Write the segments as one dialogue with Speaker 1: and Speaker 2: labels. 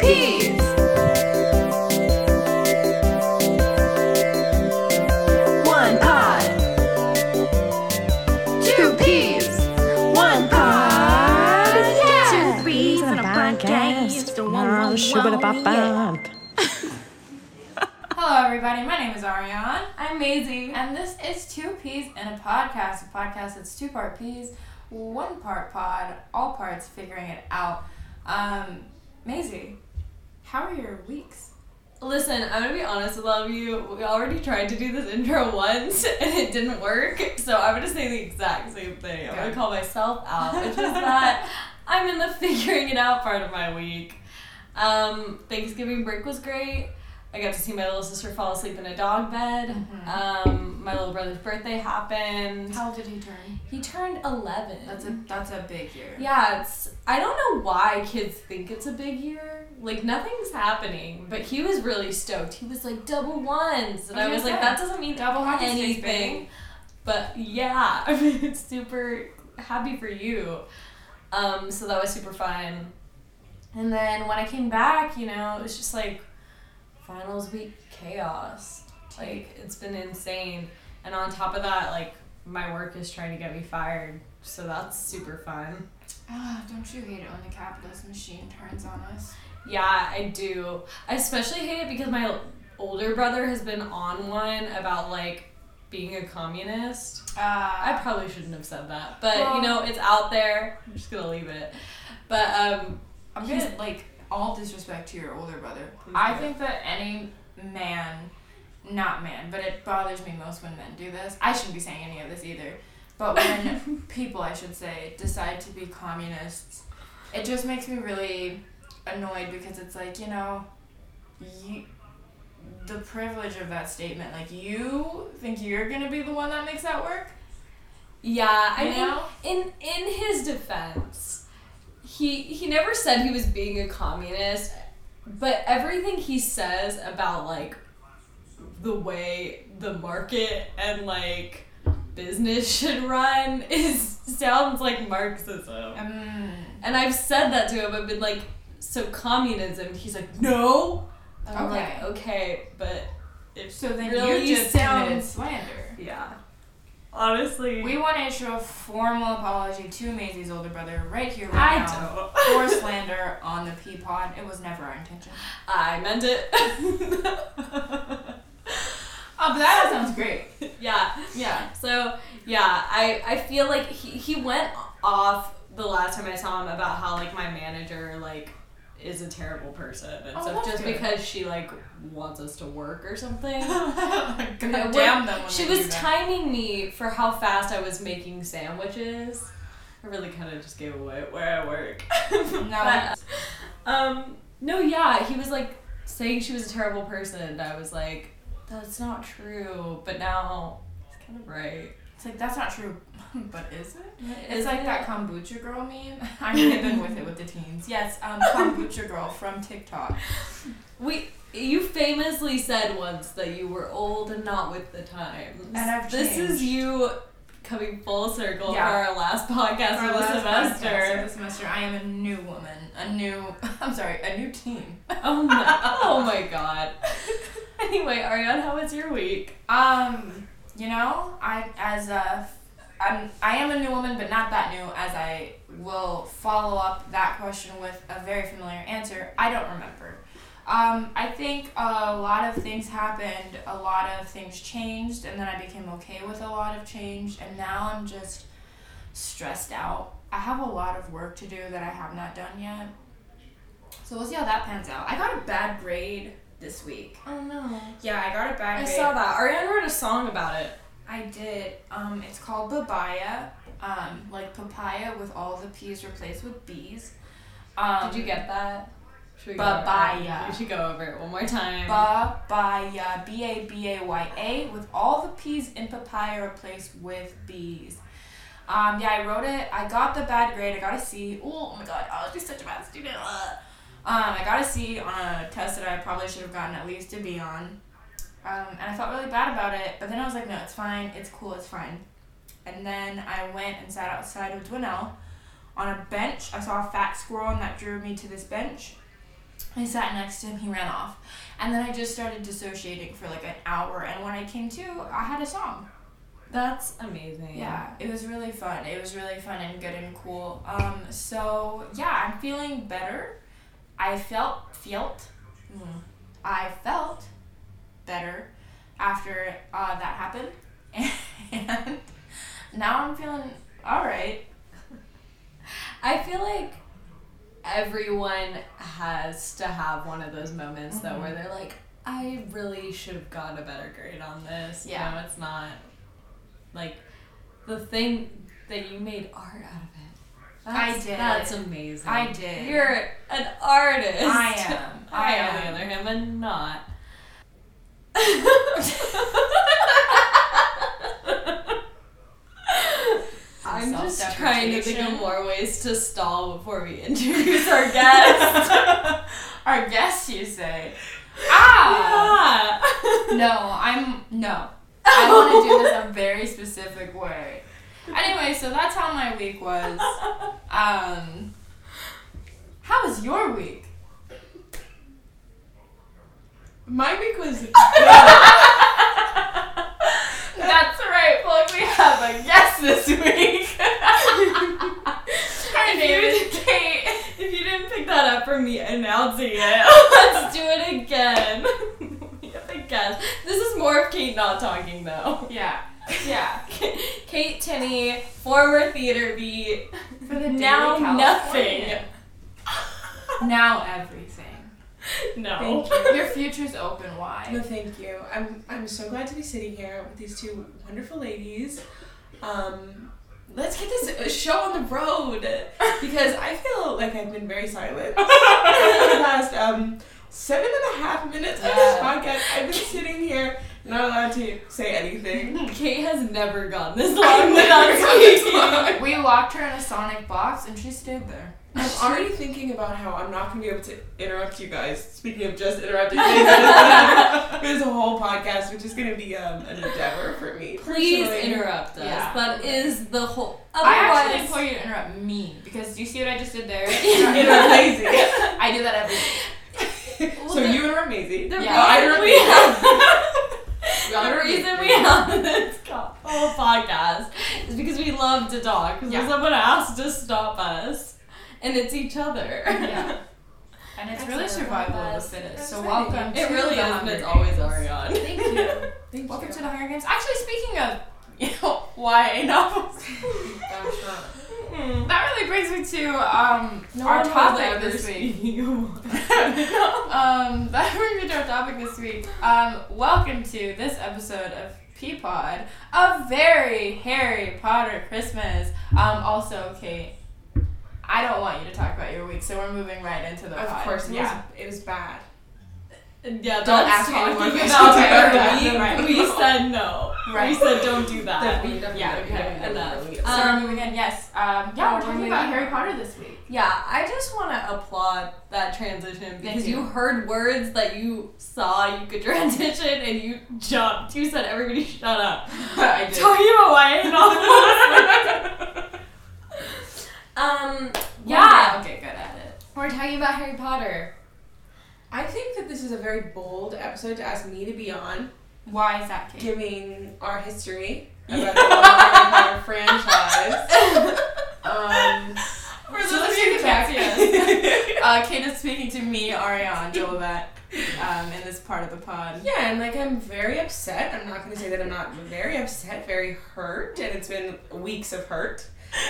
Speaker 1: peas. One pod. Two peas. One pod. Two peas and a podcast.
Speaker 2: Hello, everybody. My name is Ariane. I'm Maisie. And this is Two Peas in a Podcast. A podcast that's two part peas, one part pod, all parts figuring it out. Um, Maisie, how are your weeks?
Speaker 3: Listen, I'm gonna be honest with all of you. We already tried to do this intro once and it didn't work, so I'm gonna say the exact same thing. I'm
Speaker 2: Okay.
Speaker 3: gonna call myself out, which is that I'm in the figuring it out part of my week. Um, Thanksgiving break was great. I got to see my little sister fall asleep in a dog bed.
Speaker 2: Mm-hmm.
Speaker 3: Um, my little brother's birthday happened.
Speaker 2: How old did he turn?
Speaker 3: He turned 11.
Speaker 2: That's a that's a big year.
Speaker 3: Yeah, it's. I don't know why kids think it's a big year. Like nothing's happening, but he was really stoked. He was like double ones, and
Speaker 2: I
Speaker 3: I
Speaker 2: was gonna
Speaker 3: was
Speaker 2: say,
Speaker 3: like, that doesn't mean
Speaker 2: double hockey sticks,
Speaker 3: anything.
Speaker 2: baby.
Speaker 3: But yeah, I mean, it's super happy for you. Um, so that was super fun. And then when I came back, you know, it was just like finals week chaos. Like it's been insane. And on top of that, like my work is trying to get me fired, so that's super fun.
Speaker 2: Ah, don't you hate it when the capitalist machine turns on us?
Speaker 3: Yeah, I do. I especially hate it because my older brother has been on one about like being a communist. I
Speaker 2: Uh,
Speaker 3: probably shouldn't have said that, but
Speaker 2: Well-
Speaker 3: you know, it's out there. I'm just gonna leave it. But um,
Speaker 2: I'm
Speaker 3: he's-
Speaker 2: gonna like all disrespect to your older brother. I
Speaker 3: do.
Speaker 2: think that any man, not man, but it bothers me most when men do this. I shouldn't be saying any of this either. But when people, I should say, decide to be communists, it just makes me really annoyed because it's like, you know, you, the privilege of that statement. Like, you think you're going to be the one that makes that work?
Speaker 3: yeah, I
Speaker 2: You know?
Speaker 3: mean, in in his defense, he he never said he was being a communist, but everything he says about like the way the market and like business should run is sounds like Marxism.
Speaker 2: Um,
Speaker 3: And I've said that to him. I've been like, so communism. He's like, no. And I'm
Speaker 2: Okay.
Speaker 3: like, okay, but it
Speaker 2: so then
Speaker 3: really
Speaker 2: you just committed
Speaker 3: sounds
Speaker 2: slander.
Speaker 3: yeah. Honestly,
Speaker 2: We want to issue a formal apology to Maisie's older brother right here, right
Speaker 3: I
Speaker 2: now,
Speaker 3: don't.
Speaker 2: for slander on the Peapod. It was never our intention.
Speaker 3: I meant it.
Speaker 2: Oh, but that sounds great.
Speaker 3: yeah.
Speaker 2: Yeah.
Speaker 3: So yeah, I I feel like he he went off the last time I saw him about how like my manager like is a terrible person and
Speaker 2: Oh,
Speaker 3: stuff
Speaker 2: that's
Speaker 3: just
Speaker 2: good.
Speaker 3: because she like wants us to work or something.
Speaker 2: I'm
Speaker 3: I
Speaker 2: gonna
Speaker 3: would-
Speaker 2: damn them when
Speaker 3: she
Speaker 2: they
Speaker 3: was
Speaker 2: do that.
Speaker 3: timing me for how fast I was making sandwiches. I really kind of just gave away where I work.
Speaker 2: No.
Speaker 3: But, um, no, yeah, he was like saying she was a terrible person, and I was like, that's not true. But now he's kind of right.
Speaker 2: It's like that's not true, but is it? It's
Speaker 3: Isn't
Speaker 2: like
Speaker 3: it?
Speaker 2: that kombucha girl meme. I'm living with it with the teens. Yes, um, kombucha girl from TikTok.
Speaker 3: We. You famously said once that you were old and not with the times.
Speaker 2: And I've
Speaker 3: This
Speaker 2: changed.
Speaker 3: is you coming full circle
Speaker 2: Yeah.
Speaker 3: for our last podcast
Speaker 2: Our
Speaker 3: of the
Speaker 2: last podcast
Speaker 3: semester.
Speaker 2: of the semester, I am a new woman, a new. I'm sorry, a new teen.
Speaker 3: Oh my, oh my god. Anyway, Ariane, how was your week?
Speaker 2: Um, you know, I as a I'm I am a new woman, but not that new. As I will follow up that question with a very familiar answer. I don't remember. Um, I think a lot of things happened. A lot of things changed, and then I became okay with a lot of change, and now I'm just stressed out. I have a lot of work to do that I have not done yet. So we'll see how that pans out. I got a bad grade this week.
Speaker 3: Oh no.
Speaker 2: Yeah, I got a bad
Speaker 3: I
Speaker 2: grade.
Speaker 3: saw that. Ariane wrote a song about it.
Speaker 2: I did. Um, it's called babaya, um, like papaya with all the p's replaced with b's. Um,
Speaker 3: Did you get that? Should we go
Speaker 2: Babaya.
Speaker 3: over it? We should go over it one more time.
Speaker 2: Babaya, b a b a y a, with all the p's in papaya replaced with b's. Um, yeah, I wrote it. I got the bad grade. I got a C. Ooh, Oh my god, I was just such a bad student. Ugh. Um, I got a C on a test that I probably should have gotten at least a B on. Um, and I felt really bad about it, but then I was like, no, it's fine. It's cool. It's fine. And then I went and sat outside with Dwinell on a bench. I saw a fat squirrel, and that drew me to this bench. I sat next to him, he ran off. And then I just started dissociating for like an hour, and when I came to, I had a song.
Speaker 3: That's amazing.
Speaker 2: Yeah, it was really fun. It was really fun and good and cool. Um, so yeah, I'm feeling better. I felt felt.
Speaker 3: Mm-hmm.
Speaker 2: mm, I felt better after uh, that happened, and now I'm feeling all right.
Speaker 3: I feel like everyone has to have one of those moments though
Speaker 2: Mm-hmm.
Speaker 3: where they're like, I really should have gotten a better grade on this.
Speaker 2: Yeah.
Speaker 3: You know, it's not like the thing that you made art out of it.
Speaker 2: I
Speaker 3: That's,
Speaker 2: did.
Speaker 3: That's amazing.
Speaker 2: I did.
Speaker 3: You're an artist.
Speaker 2: I am.
Speaker 3: I,
Speaker 2: I
Speaker 3: on
Speaker 2: am.
Speaker 3: the other hand, am not. I'm just trying to think of
Speaker 2: Self-deprecation.
Speaker 3: more ways to stall before we introduce our guest.
Speaker 2: Our guest, you say? Ah.
Speaker 3: Yeah.
Speaker 2: No, I'm no. I want to do this a very specific way. Anyway, so that's how my week was. Um, how was your week?
Speaker 3: My week was.
Speaker 2: That's right, folks. We have a guest this week. Her name is Kate.
Speaker 3: If you didn't pick that up from me announcing it, let's do it again. we have a guest. This is more of Kate not talking though.
Speaker 2: Yeah, yeah.
Speaker 3: Kate Tinney, former theater beat,
Speaker 2: For the
Speaker 3: now
Speaker 2: Daily
Speaker 3: nothing.
Speaker 2: Californian. Now everything.
Speaker 3: No.
Speaker 2: Your future's open wide.
Speaker 4: No, thank you. I'm I'm so glad to be sitting here with these two wonderful ladies. Um, let's get this uh, show on the road because I feel like I've been very silent for the last um seven and a half minutes of this
Speaker 3: Yeah.
Speaker 4: podcast. I've been sitting here, not allowed to say anything.
Speaker 3: Kate has never gone this
Speaker 4: I've never
Speaker 3: long without
Speaker 4: gone this
Speaker 3: speaking.
Speaker 4: long.
Speaker 2: We locked her in a sonic box and she stayed there.
Speaker 4: I'm already thinking about how I'm not gonna be able to interrupt you guys. Speaking of just interrupting, there's a whole podcast, which is gonna be um, an endeavor for me.
Speaker 3: Please
Speaker 4: personally.
Speaker 3: interrupt us.
Speaker 2: Yeah.
Speaker 3: That is the whole.
Speaker 2: I actually
Speaker 3: Otherwise,
Speaker 2: implore you to interrupt me because do you see what I just did there?
Speaker 4: Interrupt Maisie.
Speaker 2: I do that every day.
Speaker 4: so
Speaker 3: the-
Speaker 4: you interrupt Maisie.
Speaker 3: the
Speaker 2: Yeah.
Speaker 4: I
Speaker 3: reason
Speaker 4: don't
Speaker 3: we
Speaker 4: think-
Speaker 3: have
Speaker 4: Y'all
Speaker 3: the
Speaker 4: don't
Speaker 3: reason
Speaker 4: think-
Speaker 3: we have this co- whole podcast is because we love to talk. Because
Speaker 2: Yeah.
Speaker 3: someone has to stop us, and it's each other.
Speaker 2: Yeah. And it's
Speaker 3: That's
Speaker 2: really
Speaker 3: a
Speaker 2: survival of
Speaker 3: robust-
Speaker 2: the fittest.
Speaker 4: that's
Speaker 2: So
Speaker 4: right.
Speaker 2: welcome to
Speaker 3: It really
Speaker 2: the
Speaker 3: is, and
Speaker 2: Hunger
Speaker 3: it's always
Speaker 2: Games.
Speaker 3: Ariane.
Speaker 2: Thank you.
Speaker 4: Thank
Speaker 2: welcome to
Speaker 4: you.
Speaker 2: the Hunger Games. Actually, speaking of you know, YA novels, that really brings me to um, our topic this week. um, that brings me to our topic this week. Um, welcome to this episode of Peapod, a very Harry Potter Christmas. Um, also, Kate, I don't want you to talk about your week, so we're moving right into the
Speaker 4: Of
Speaker 2: pod.
Speaker 4: course, it
Speaker 2: yeah.
Speaker 4: was, it was bad.
Speaker 3: Yeah, don't
Speaker 4: ask
Speaker 3: that's
Speaker 4: anyone
Speaker 3: talking
Speaker 4: questions
Speaker 3: about
Speaker 2: about
Speaker 3: it.
Speaker 4: that.
Speaker 3: We, we said no.
Speaker 2: Right.
Speaker 3: We said don't do that.
Speaker 4: Definitely, definitely,
Speaker 2: yeah,
Speaker 4: definitely,
Speaker 3: okay,
Speaker 4: definitely,
Speaker 3: enough.
Speaker 4: definitely.
Speaker 2: So
Speaker 3: Um,
Speaker 2: we're moving in. Yes. Um, yeah,
Speaker 3: we're
Speaker 2: we're talking
Speaker 3: moving
Speaker 2: about
Speaker 3: on.
Speaker 2: Harry Potter this week.
Speaker 3: Yeah, I just want to applaud that transition because
Speaker 2: you.
Speaker 3: you heard words that you saw you could transition and you jumped. You said, everybody shut up.
Speaker 2: I
Speaker 3: Talking about why and Um, yeah.
Speaker 2: I'll get good at it.
Speaker 3: We're talking about Harry Potter.
Speaker 4: I think that this is a very bold episode to ask me to be on,
Speaker 2: Why is that, Kate?
Speaker 4: giving our history about the Harry Potter franchise. Um,
Speaker 2: For
Speaker 3: So
Speaker 2: those
Speaker 3: let's
Speaker 2: of you
Speaker 3: get
Speaker 2: who
Speaker 3: back
Speaker 2: can't see us, uh, Kate is speaking to me, Ariane Jolivet, um, in this part of the pod.
Speaker 4: Yeah, and like I'm very upset. I'm not gonna say that I'm not very upset, very hurt, and it's been weeks of hurt.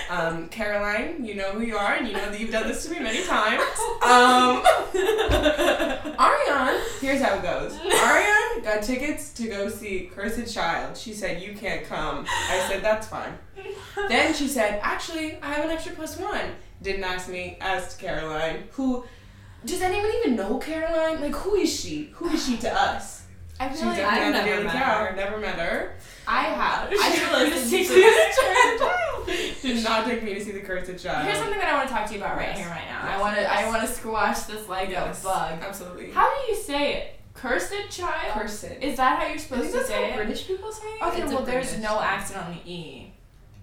Speaker 4: Um, Caroline, you know who you are, and you know that you've done this to me many times. Um, Ariane, here's how it goes. Ariane got tickets to go see Cursed Child. She said, You can't come. I said, That's fine. Then she said, Actually, I have an extra plus one. Didn't ask me, asked Caroline, who. Does anyone even know Caroline? Like, who is she? Who is she to us?
Speaker 2: I
Speaker 4: She's
Speaker 2: feel
Speaker 4: like,
Speaker 2: like
Speaker 3: I've
Speaker 4: I've
Speaker 3: never
Speaker 4: never
Speaker 3: met
Speaker 4: met
Speaker 3: her.
Speaker 4: her. Never met her.
Speaker 2: I have.
Speaker 3: I
Speaker 2: I
Speaker 3: feel like
Speaker 2: feel
Speaker 3: this
Speaker 2: like
Speaker 3: is-
Speaker 4: Did not take me to see the cursed child.
Speaker 2: Here's something that I want to talk to you about right
Speaker 4: Yes.
Speaker 2: here, right now. I
Speaker 4: Yes.
Speaker 2: want to, I want to squash this like
Speaker 4: Yes.
Speaker 2: a bug.
Speaker 4: Absolutely.
Speaker 2: How do you say it? Cursed child.
Speaker 4: Cursed.
Speaker 2: Is that how you're supposed to say it?
Speaker 4: British people say it.
Speaker 2: Okay,
Speaker 3: It's a
Speaker 2: well, there's
Speaker 3: British
Speaker 2: no
Speaker 3: thing.
Speaker 2: accent on the e.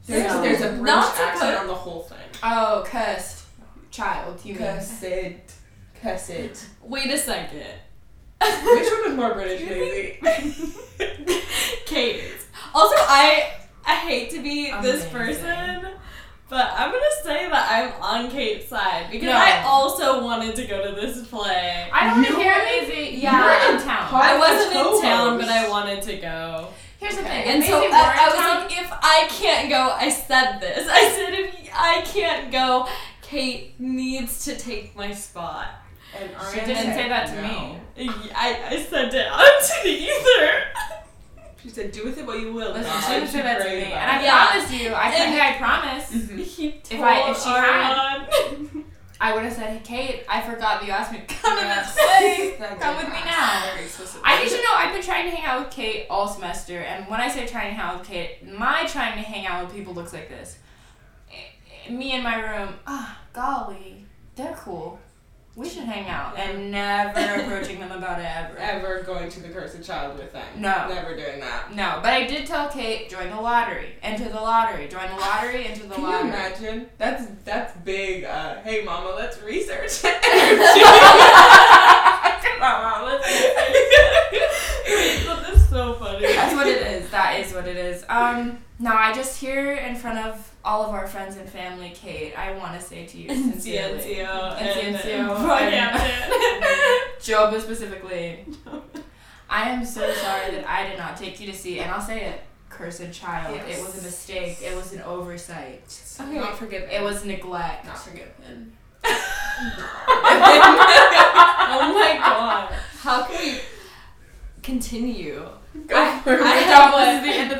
Speaker 4: There's,
Speaker 2: So-
Speaker 4: there's a British
Speaker 3: Not to
Speaker 4: accent
Speaker 3: put-
Speaker 4: on the whole thing.
Speaker 2: Oh, cursed child. You mean?
Speaker 4: Cursed. Pessit.
Speaker 3: Wait a second.
Speaker 4: Which one was more British, Maisie?
Speaker 3: Cadence. Also, I I hate to be this
Speaker 2: Amazing.
Speaker 3: person, but I'm gonna say that I'm on Kate's side because
Speaker 2: No.
Speaker 3: I also wanted to go to this play. I,
Speaker 2: I don't want
Speaker 4: You
Speaker 2: to hear
Speaker 4: were-
Speaker 2: it, Maisie.
Speaker 3: you
Speaker 2: Yeah,
Speaker 3: were
Speaker 2: in town.
Speaker 4: Hot- I was
Speaker 3: wasn't in
Speaker 4: co-host.
Speaker 3: town, but I wanted to go.
Speaker 2: Here's the
Speaker 4: Okay.
Speaker 2: thing.
Speaker 3: And
Speaker 2: if
Speaker 3: so
Speaker 2: Maisie
Speaker 3: I,
Speaker 2: were in
Speaker 3: I was
Speaker 2: town,
Speaker 3: like, if I can't go, I said this. I said if I can't go, Kate needs to take my spot.
Speaker 4: And
Speaker 2: She
Speaker 4: Ariana
Speaker 2: didn't
Speaker 4: said
Speaker 2: say that to
Speaker 4: no.
Speaker 2: me.
Speaker 3: I, I said it. I'm to either.
Speaker 4: She said, "Do with it what you will."
Speaker 2: Listen,
Speaker 4: God."
Speaker 2: she would say that to
Speaker 4: Great
Speaker 2: me, and
Speaker 4: advice.
Speaker 2: I
Speaker 3: Yeah.
Speaker 2: promise you, I
Speaker 3: And-
Speaker 2: think I promise.
Speaker 4: Mhm.
Speaker 3: He told
Speaker 2: If I- if she
Speaker 3: Ariane-
Speaker 2: I would have said, hey, Kate, I forgot that you asked me to come to
Speaker 4: Yes.
Speaker 2: this place.
Speaker 4: That
Speaker 2: Come
Speaker 4: did
Speaker 2: with me
Speaker 4: not
Speaker 2: now.
Speaker 4: very explicitly.
Speaker 2: I need to know, I've been trying to hang out with Kate all semester, and when I say trying to hang out with Kate, my trying to hang out with people looks like this. Eh, eh, Me in my room, ah, golly, they're cool. We should hang out. And never approaching them about it ever.
Speaker 4: ever going to the cursed child with them.
Speaker 2: No.
Speaker 4: never doing that.
Speaker 2: No, but I did tell Kate, join the lottery, enter the lottery, join the lottery, enter the
Speaker 4: Can you
Speaker 2: lottery.
Speaker 4: imagine? That's that's big. Uh, hey, mama, let's research.
Speaker 3: Wait, but this is so funny.
Speaker 2: That's what it is. That is what it is. Um, no, I just hear in front of all of our friends and family, Kate. I want to say to you
Speaker 3: And
Speaker 2: sincerely,
Speaker 3: Ciencio
Speaker 2: And
Speaker 3: and
Speaker 2: Ciencio.
Speaker 3: Brockhampton.
Speaker 2: Joba specifically, I am so sorry that I did not take you to see. And I'll say it, cursed child.
Speaker 4: Yes.
Speaker 2: It was a mistake. It was an oversight.
Speaker 3: Okay.
Speaker 4: Not forgiven.
Speaker 2: It was neglect.
Speaker 4: not forgiven.
Speaker 3: oh my god. How can we continue?
Speaker 4: Go
Speaker 3: I-
Speaker 4: for it.
Speaker 3: I
Speaker 2: that
Speaker 3: have
Speaker 2: was
Speaker 3: a-
Speaker 2: the end of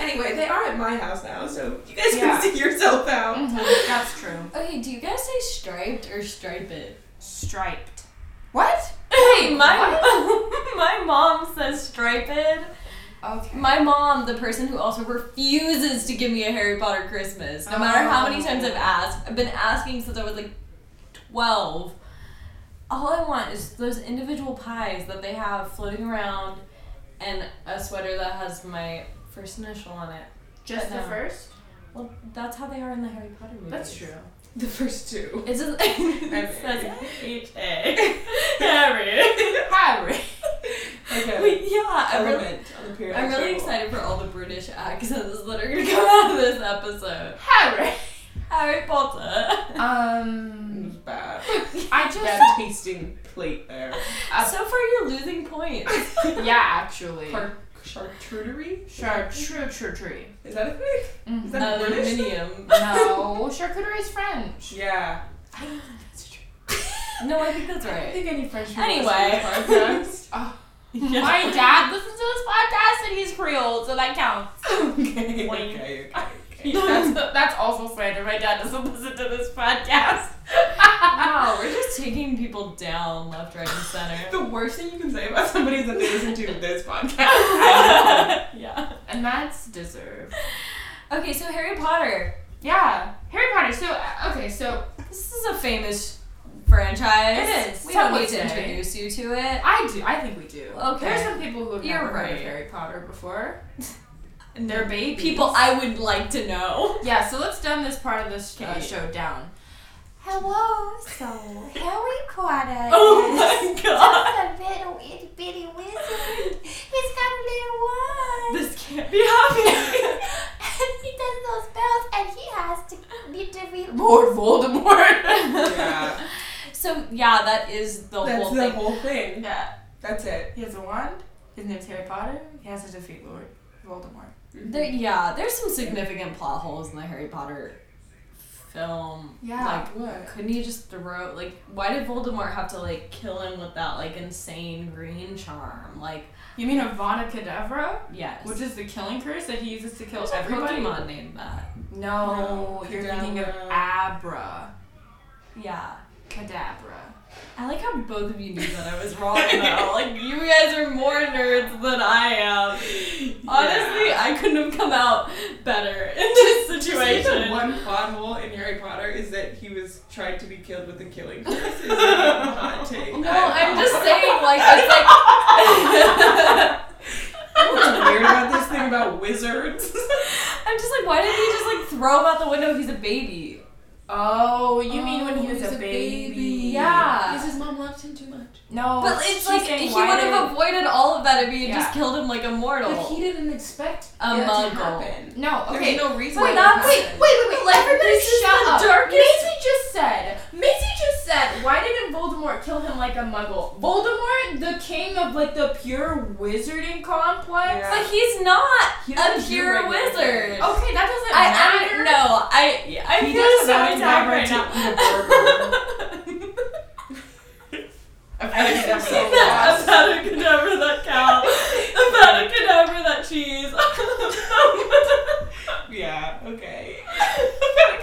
Speaker 4: anyway, they are at my house now, so you guys
Speaker 2: Yeah.
Speaker 4: can see yourself out.
Speaker 2: Mhm, That's true.
Speaker 3: Okay, do you guys say striped or striped?
Speaker 2: Striped.
Speaker 4: What?
Speaker 3: Wait, my my mom says striped.
Speaker 2: Okay.
Speaker 3: My mom, the person who also refuses to give me a Harry Potter Christmas, no matter how
Speaker 2: Oh.
Speaker 3: many times I've asked, I've been asking since I was like 12. All I want is those individual pies that they have floating around and a sweater that has my first initial on it.
Speaker 2: Just the
Speaker 3: No.
Speaker 2: first.
Speaker 3: Well, that's how they are in the Harry Potter movies.
Speaker 2: That's true.
Speaker 4: The first two.
Speaker 3: It just it says H A Harry.
Speaker 2: Harry.
Speaker 4: Okay.
Speaker 3: Wait, yeah, I really,
Speaker 4: Element on the period.
Speaker 3: I'm really
Speaker 4: table.
Speaker 3: excited for all the British accents that are gonna come out of this episode.
Speaker 2: Harry.
Speaker 3: Harry Potter.
Speaker 4: It was
Speaker 2: Um,
Speaker 4: bad.
Speaker 2: I just
Speaker 4: Bad tasting plate there.
Speaker 1: Uh,
Speaker 3: so far, you're losing points.
Speaker 2: yeah, actually.
Speaker 4: Char- charcuterie?
Speaker 2: Charcuterie.
Speaker 4: Is that a thing? Is
Speaker 2: Mm.
Speaker 3: uh,
Speaker 4: that British? thing?
Speaker 3: Aluminium.
Speaker 2: No, charcuterie is French.
Speaker 4: Yeah.
Speaker 3: No, I think that's right.
Speaker 4: think any French
Speaker 3: people listen to
Speaker 4: podcast.
Speaker 2: My dad listens to this podcast and he's Creole, so that counts.
Speaker 4: okay, okay,
Speaker 2: Wait.
Speaker 4: okay,
Speaker 2: That's, that's also slander. My dad doesn't listen to this podcast.
Speaker 3: Wow, we're just taking people down left, right, and center.
Speaker 4: The worst thing you can say about somebody is that they listen to this podcast.
Speaker 3: yeah.
Speaker 2: And that's deserved.
Speaker 3: Okay, so Harry Potter.
Speaker 2: Yeah, Harry Potter. So uh, okay, so
Speaker 3: This is a famous franchise.
Speaker 2: It is.
Speaker 3: We
Speaker 2: Some
Speaker 3: don't
Speaker 2: would
Speaker 3: need to
Speaker 2: say.
Speaker 3: introduce you to it.
Speaker 2: I do. I think we do.
Speaker 3: Okay.
Speaker 2: There's some people who have
Speaker 3: You're
Speaker 2: never heard of
Speaker 3: right.
Speaker 2: Harry Potter before. They're babies.
Speaker 3: people I would like to know.
Speaker 2: Yeah, so let's dumb this part of this uh,
Speaker 3: Okay.
Speaker 2: show down.
Speaker 1: Hello, so Harry Potter
Speaker 3: Oh
Speaker 1: is
Speaker 3: my god.
Speaker 1: a little itty bitty wizard. He's got a little wand.
Speaker 3: This can't be happening.
Speaker 1: and he does those spells, and he has to need to be.
Speaker 2: Lord Voldemort.
Speaker 4: yeah,
Speaker 3: so yeah, that is the
Speaker 4: that's
Speaker 3: whole
Speaker 4: the
Speaker 3: thing.
Speaker 4: whole thing.
Speaker 2: yeah.
Speaker 4: That's it.
Speaker 2: He has a wand. His name's Harry Potter. He has to defeat Lord Voldemort.
Speaker 3: There, yeah, there's some significant plot holes in the Harry Potter film.
Speaker 2: Yeah.
Speaker 4: What?
Speaker 3: Like, couldn't you just throw like why did Voldemort have to like kill him with that like insane green charm? Like,
Speaker 2: You mean Avada Kedavra,
Speaker 3: yes.
Speaker 2: which is the killing curse that he uses to kill
Speaker 3: There's a
Speaker 2: everybody?
Speaker 3: Pokemon named that.
Speaker 2: No,
Speaker 4: No,
Speaker 2: you're thinking of
Speaker 4: Kadabra.
Speaker 2: Abra.
Speaker 3: Yeah.
Speaker 2: Cadabra.
Speaker 3: I like how both of you knew that I was wrong though. like you guys are more nerds than I am. Honestly, I couldn't have come out better in this
Speaker 4: See, the
Speaker 3: situation.
Speaker 4: one plot hole in Harry Potter is that he was tried to be killed with a killing curse. Is that a hot take?
Speaker 3: No, I'm just saying like it's like
Speaker 4: What's weird about this thing about wizards?
Speaker 3: I'm just like, why didn't he just like throw him out the window? He's a baby.
Speaker 2: Oh, you mean when he
Speaker 4: Oh,
Speaker 2: was
Speaker 4: he's
Speaker 2: a
Speaker 4: a
Speaker 2: baby?
Speaker 4: baby.
Speaker 3: Yeah.
Speaker 4: Because his mom loved him too much.
Speaker 2: No,
Speaker 3: But it's
Speaker 2: she's
Speaker 3: like
Speaker 2: saying
Speaker 3: he
Speaker 2: why
Speaker 3: would have
Speaker 2: did-
Speaker 3: avoided all of that if he had
Speaker 2: Yeah.
Speaker 3: just killed him like a mortal.
Speaker 4: But he didn't expect
Speaker 3: A
Speaker 4: that
Speaker 3: muggle.
Speaker 4: to happen.
Speaker 2: No, okay.
Speaker 4: There's Oh. no reason.
Speaker 2: Wait,
Speaker 4: why
Speaker 2: not,
Speaker 4: that
Speaker 2: wait, wait,
Speaker 4: happened.
Speaker 2: wait, wait.
Speaker 3: Like,
Speaker 2: Everybody
Speaker 3: this is
Speaker 2: shut
Speaker 3: the
Speaker 2: up.
Speaker 3: darkest-
Speaker 2: Macy just said, Macy just said, why didn't Voldemort kill him like a muggle? Voldemort, the king of like the pure wizarding complex?
Speaker 4: Yeah.
Speaker 3: But he's not
Speaker 4: He
Speaker 3: a
Speaker 4: doesn't do
Speaker 3: pure
Speaker 4: regular
Speaker 3: wizard.
Speaker 4: things. Oh,
Speaker 2: Okay, that doesn't
Speaker 3: I, I
Speaker 2: matter.
Speaker 3: no, I I
Speaker 4: He
Speaker 3: feel
Speaker 4: doesn't
Speaker 3: so
Speaker 4: have the
Speaker 3: attacked
Speaker 4: power
Speaker 3: right
Speaker 4: to
Speaker 3: now.
Speaker 4: I feel so
Speaker 3: That
Speaker 4: lost.
Speaker 3: about a cadaver, that cow. About a cadaver, that cheese.
Speaker 4: Yeah, okay.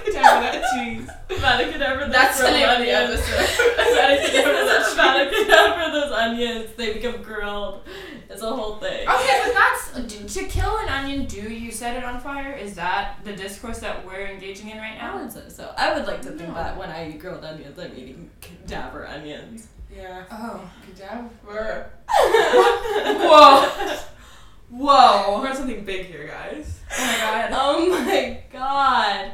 Speaker 4: Get down with that cheese.
Speaker 3: About a cadaver,
Speaker 4: That's the name of the
Speaker 3: onions.
Speaker 4: episode.
Speaker 3: About a cadaver, that about a cadaver, those onions. They become grilled. It's a whole thing.
Speaker 2: Okay, but that's d- to kill an onion. Do you set it on fire? Is that the discourse that we're engaging in right
Speaker 3: I
Speaker 2: now?
Speaker 3: would say so. I would like to think
Speaker 2: No.
Speaker 3: that when I eat grilled onions, I'm eating cadaver onions.
Speaker 4: Yeah,
Speaker 2: Oh,
Speaker 4: cadaver. Oh.
Speaker 2: Whoa.
Speaker 4: We're
Speaker 2: whoa!
Speaker 4: on something big here, guys.
Speaker 2: Oh my god.
Speaker 3: Oh my god.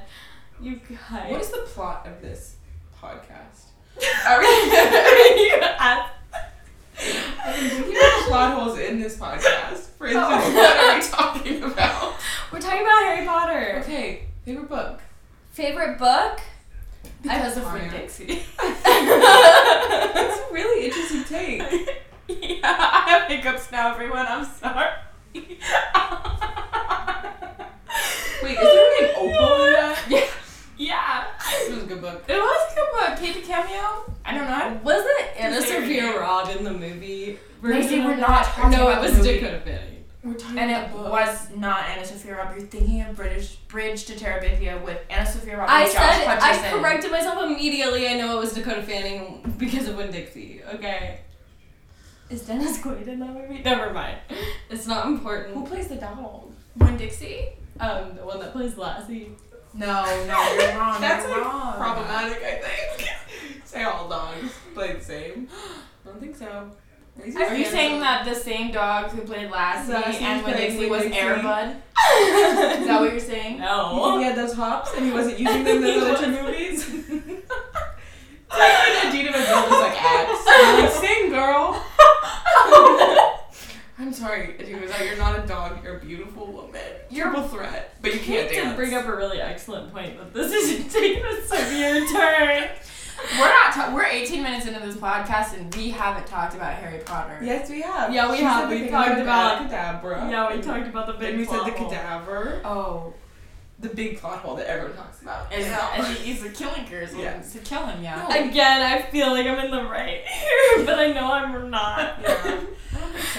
Speaker 3: You guys.
Speaker 4: What is the plot of this podcast?
Speaker 3: Are we- you ask-
Speaker 4: We have plot holes in this podcast. For instance, what are we talking about?
Speaker 3: Oh. We're talking about Harry Potter.
Speaker 4: Okay, favorite book.
Speaker 3: Favorite book?
Speaker 2: Because of
Speaker 4: Fire.
Speaker 2: Fred Dixie.
Speaker 4: That's a really interesting take.
Speaker 2: yeah, I have hiccups now, everyone. I'm sorry.
Speaker 4: Wait, is there an opal in that?
Speaker 2: Yeah,
Speaker 4: It was a good book.
Speaker 2: it was a good book. Katie cameo. I don't know.
Speaker 3: Wasn't Anna
Speaker 2: Favorite.
Speaker 3: Sophia Robb in the movie?
Speaker 2: Macy,
Speaker 3: version
Speaker 2: we're
Speaker 3: of
Speaker 2: not
Speaker 3: that?
Speaker 2: talking
Speaker 3: No,
Speaker 2: about
Speaker 3: it
Speaker 2: the
Speaker 3: was
Speaker 2: movie.
Speaker 3: Dakota Fanning.
Speaker 4: We're talking
Speaker 2: And
Speaker 4: about
Speaker 2: it
Speaker 4: books.
Speaker 2: was not Anna Sophia Robb. You're thinking of British Bridge to Terabithia with Anna Sophia Robb
Speaker 3: I
Speaker 2: and Josh
Speaker 3: said I
Speaker 2: Hutcherson.
Speaker 3: corrected myself immediately. I know it was Dakota Fanning because of Win Dixie. Okay. Is Dennis Quaid in that movie? Never mind. It's not
Speaker 4: Who
Speaker 3: important.
Speaker 4: plays the doll?
Speaker 2: When Dixie?
Speaker 3: Um, the one that plays Lassie.
Speaker 2: No, no, you're wrong.
Speaker 4: That's
Speaker 2: you're
Speaker 4: like
Speaker 2: wrong.
Speaker 4: problematic, I think. Say all dogs play the same. I don't think so.
Speaker 2: Are you saying that the same dog who played Lassie
Speaker 4: Lassie
Speaker 2: and when
Speaker 4: played
Speaker 2: Dixie was
Speaker 4: Dixie.
Speaker 2: Airbud? Is that what you're saying?
Speaker 4: You think
Speaker 3: No.
Speaker 4: he had those hops and he wasn't using them in
Speaker 3: He
Speaker 4: those other two movies? It's like when Adina McBill was like, abs. I'm like, sing, girl. I'm sorry, Adina McBill, you're not a dog, you're a beautiful woman.
Speaker 3: You're-
Speaker 4: Triple threat, but you can't
Speaker 3: Kate
Speaker 4: dance.
Speaker 3: did bring up a really excellent point that this is taking a severe turn.
Speaker 2: We're not. Ta- we're 18 minutes into this podcast and we haven't talked about Harry Potter.
Speaker 4: Yes, we have.
Speaker 3: Yeah, we
Speaker 4: She
Speaker 3: have.
Speaker 4: said the
Speaker 3: We
Speaker 4: thing
Speaker 3: talked about-
Speaker 4: Abracadabra.
Speaker 3: Yeah, we talked about the big
Speaker 4: Then we said the
Speaker 3: plot hole.
Speaker 4: cadaver.
Speaker 2: Oh,
Speaker 4: The big plot hole that everyone talks about.
Speaker 2: and,
Speaker 4: Yeah.
Speaker 2: and he he's a killing curse.
Speaker 4: Yeah.
Speaker 2: To kill him, yeah.
Speaker 3: Again, I feel like I'm in the right here, but I know I'm not.
Speaker 4: Yeah.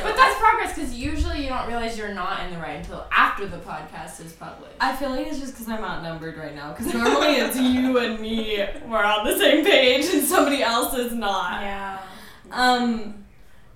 Speaker 2: But that's progress because usually you don't realize you're not in the right until after the podcast is published.
Speaker 3: I feel like it's just because I'm outnumbered right now. Because normally it's you and me, we're on the same page, and somebody else is not.
Speaker 2: yeah.
Speaker 3: Um,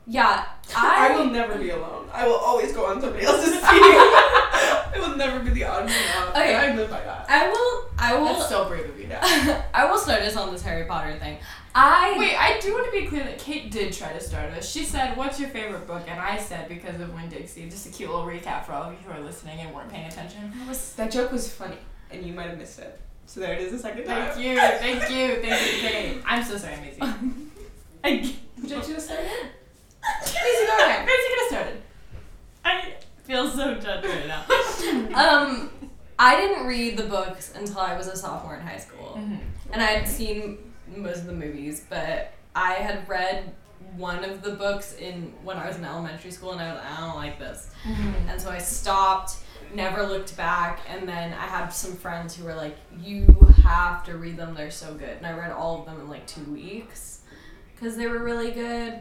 Speaker 3: yeah, I,
Speaker 4: I will never be alone. I will always go on somebody else's team. I will never be the odd man out.
Speaker 3: Okay.
Speaker 4: I live by that.
Speaker 3: I will, I
Speaker 2: That's
Speaker 3: will,
Speaker 2: so brave of you.
Speaker 3: I will start us on this Harry Potter thing. I
Speaker 2: Wait, I do want to be clear that Kate did try to start us. She said, "What's your favorite book?" and I said, "Because of Win Dixie." Just a cute little recap for all of you who are listening and weren't paying attention.
Speaker 4: That joke was funny, and you might have missed it. So there it is the second time.
Speaker 2: Thank you, thank you, thank you, Kate. I'm so sorry, Maisie. Maisie,
Speaker 3: I,
Speaker 4: Did you just say it?
Speaker 2: go ahead. Maisie, get us started.
Speaker 3: I feel so judged right now. um, I didn't read the books until I was a sophomore in high school. And I had seen most of the movies, but I had read one of the books in when I was in elementary school, and I was like, I don't like this, and so I stopped, never looked back, and then I had some friends who were like, you have to read them, they're so good, and I read all of them in like two weeks, because they were really good,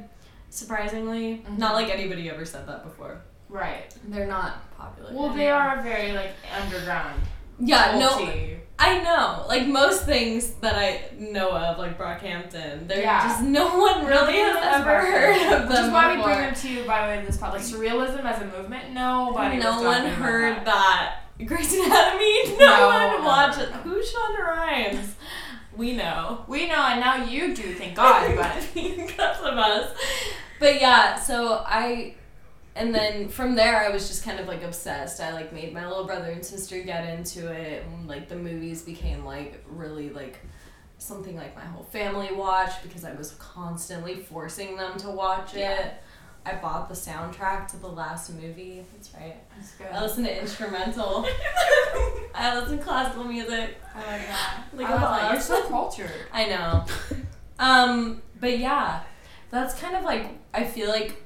Speaker 3: surprisingly.
Speaker 2: Mhm.
Speaker 3: Not like anybody ever said that before.
Speaker 2: Right.
Speaker 3: Mm-hmm. They're not popular.
Speaker 2: Well, they are very like underground. Uh,
Speaker 3: Yeah, no,
Speaker 2: culty.
Speaker 3: I know. Like most things that I know of, like Brockhampton, they're
Speaker 2: Yeah.
Speaker 3: just no one really
Speaker 2: Nobody
Speaker 3: has
Speaker 2: knows
Speaker 3: ever
Speaker 2: about
Speaker 3: heard
Speaker 2: them.
Speaker 3: of them.
Speaker 2: Which is why we
Speaker 3: before.
Speaker 2: bring them to you by way of this pod. Like surrealism as a movement, nobody. was
Speaker 3: No
Speaker 2: talking
Speaker 3: one
Speaker 2: about
Speaker 3: heard
Speaker 2: that.
Speaker 3: that. Grey's Anatomy, no,
Speaker 2: No,
Speaker 3: one
Speaker 2: no,
Speaker 3: watched
Speaker 2: no,
Speaker 3: it.
Speaker 2: no.
Speaker 3: Who Shonda Rhimes? We know.
Speaker 2: We know, and now you do. Thank God, but
Speaker 3: Because of us. But yeah, so I and then from there I was just kind of like obsessed. I like made my little brother and sister get into it and like the movies became like really like something like my whole family watched because I was constantly forcing them to watch it. I bought the soundtrack to the last movie. That's right.
Speaker 2: That's
Speaker 3: I
Speaker 2: good.
Speaker 3: listen to instrumental. I listen to classical music.
Speaker 2: I like that.
Speaker 3: Like
Speaker 2: I
Speaker 3: a
Speaker 2: love that. You're
Speaker 3: boss.
Speaker 2: so cultured.
Speaker 3: I know. Um, but yeah, that's kind of like I feel like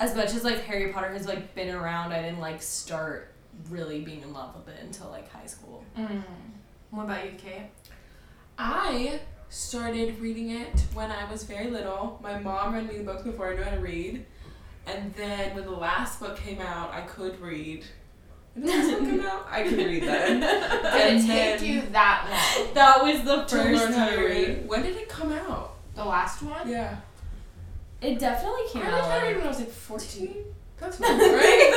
Speaker 3: as much as like Harry Potter has like been around, I didn't like start really being in love with it until like high school.
Speaker 2: Mm. What about you, Kate?
Speaker 4: I started reading it when I was very little. My mom read me the books before I knew how to read. And then when the last book came out, I could read. When the last book came out, I could read then.
Speaker 2: Did
Speaker 4: and
Speaker 2: it take you that long?
Speaker 3: That was the
Speaker 4: to learn
Speaker 3: first
Speaker 4: how to
Speaker 3: year.
Speaker 4: read. When did it come out?
Speaker 2: The last one?
Speaker 4: Yeah.
Speaker 3: It definitely
Speaker 4: I
Speaker 3: came
Speaker 4: learned how
Speaker 3: out.
Speaker 4: to read when
Speaker 3: like-
Speaker 4: I was like 14. That's when, right?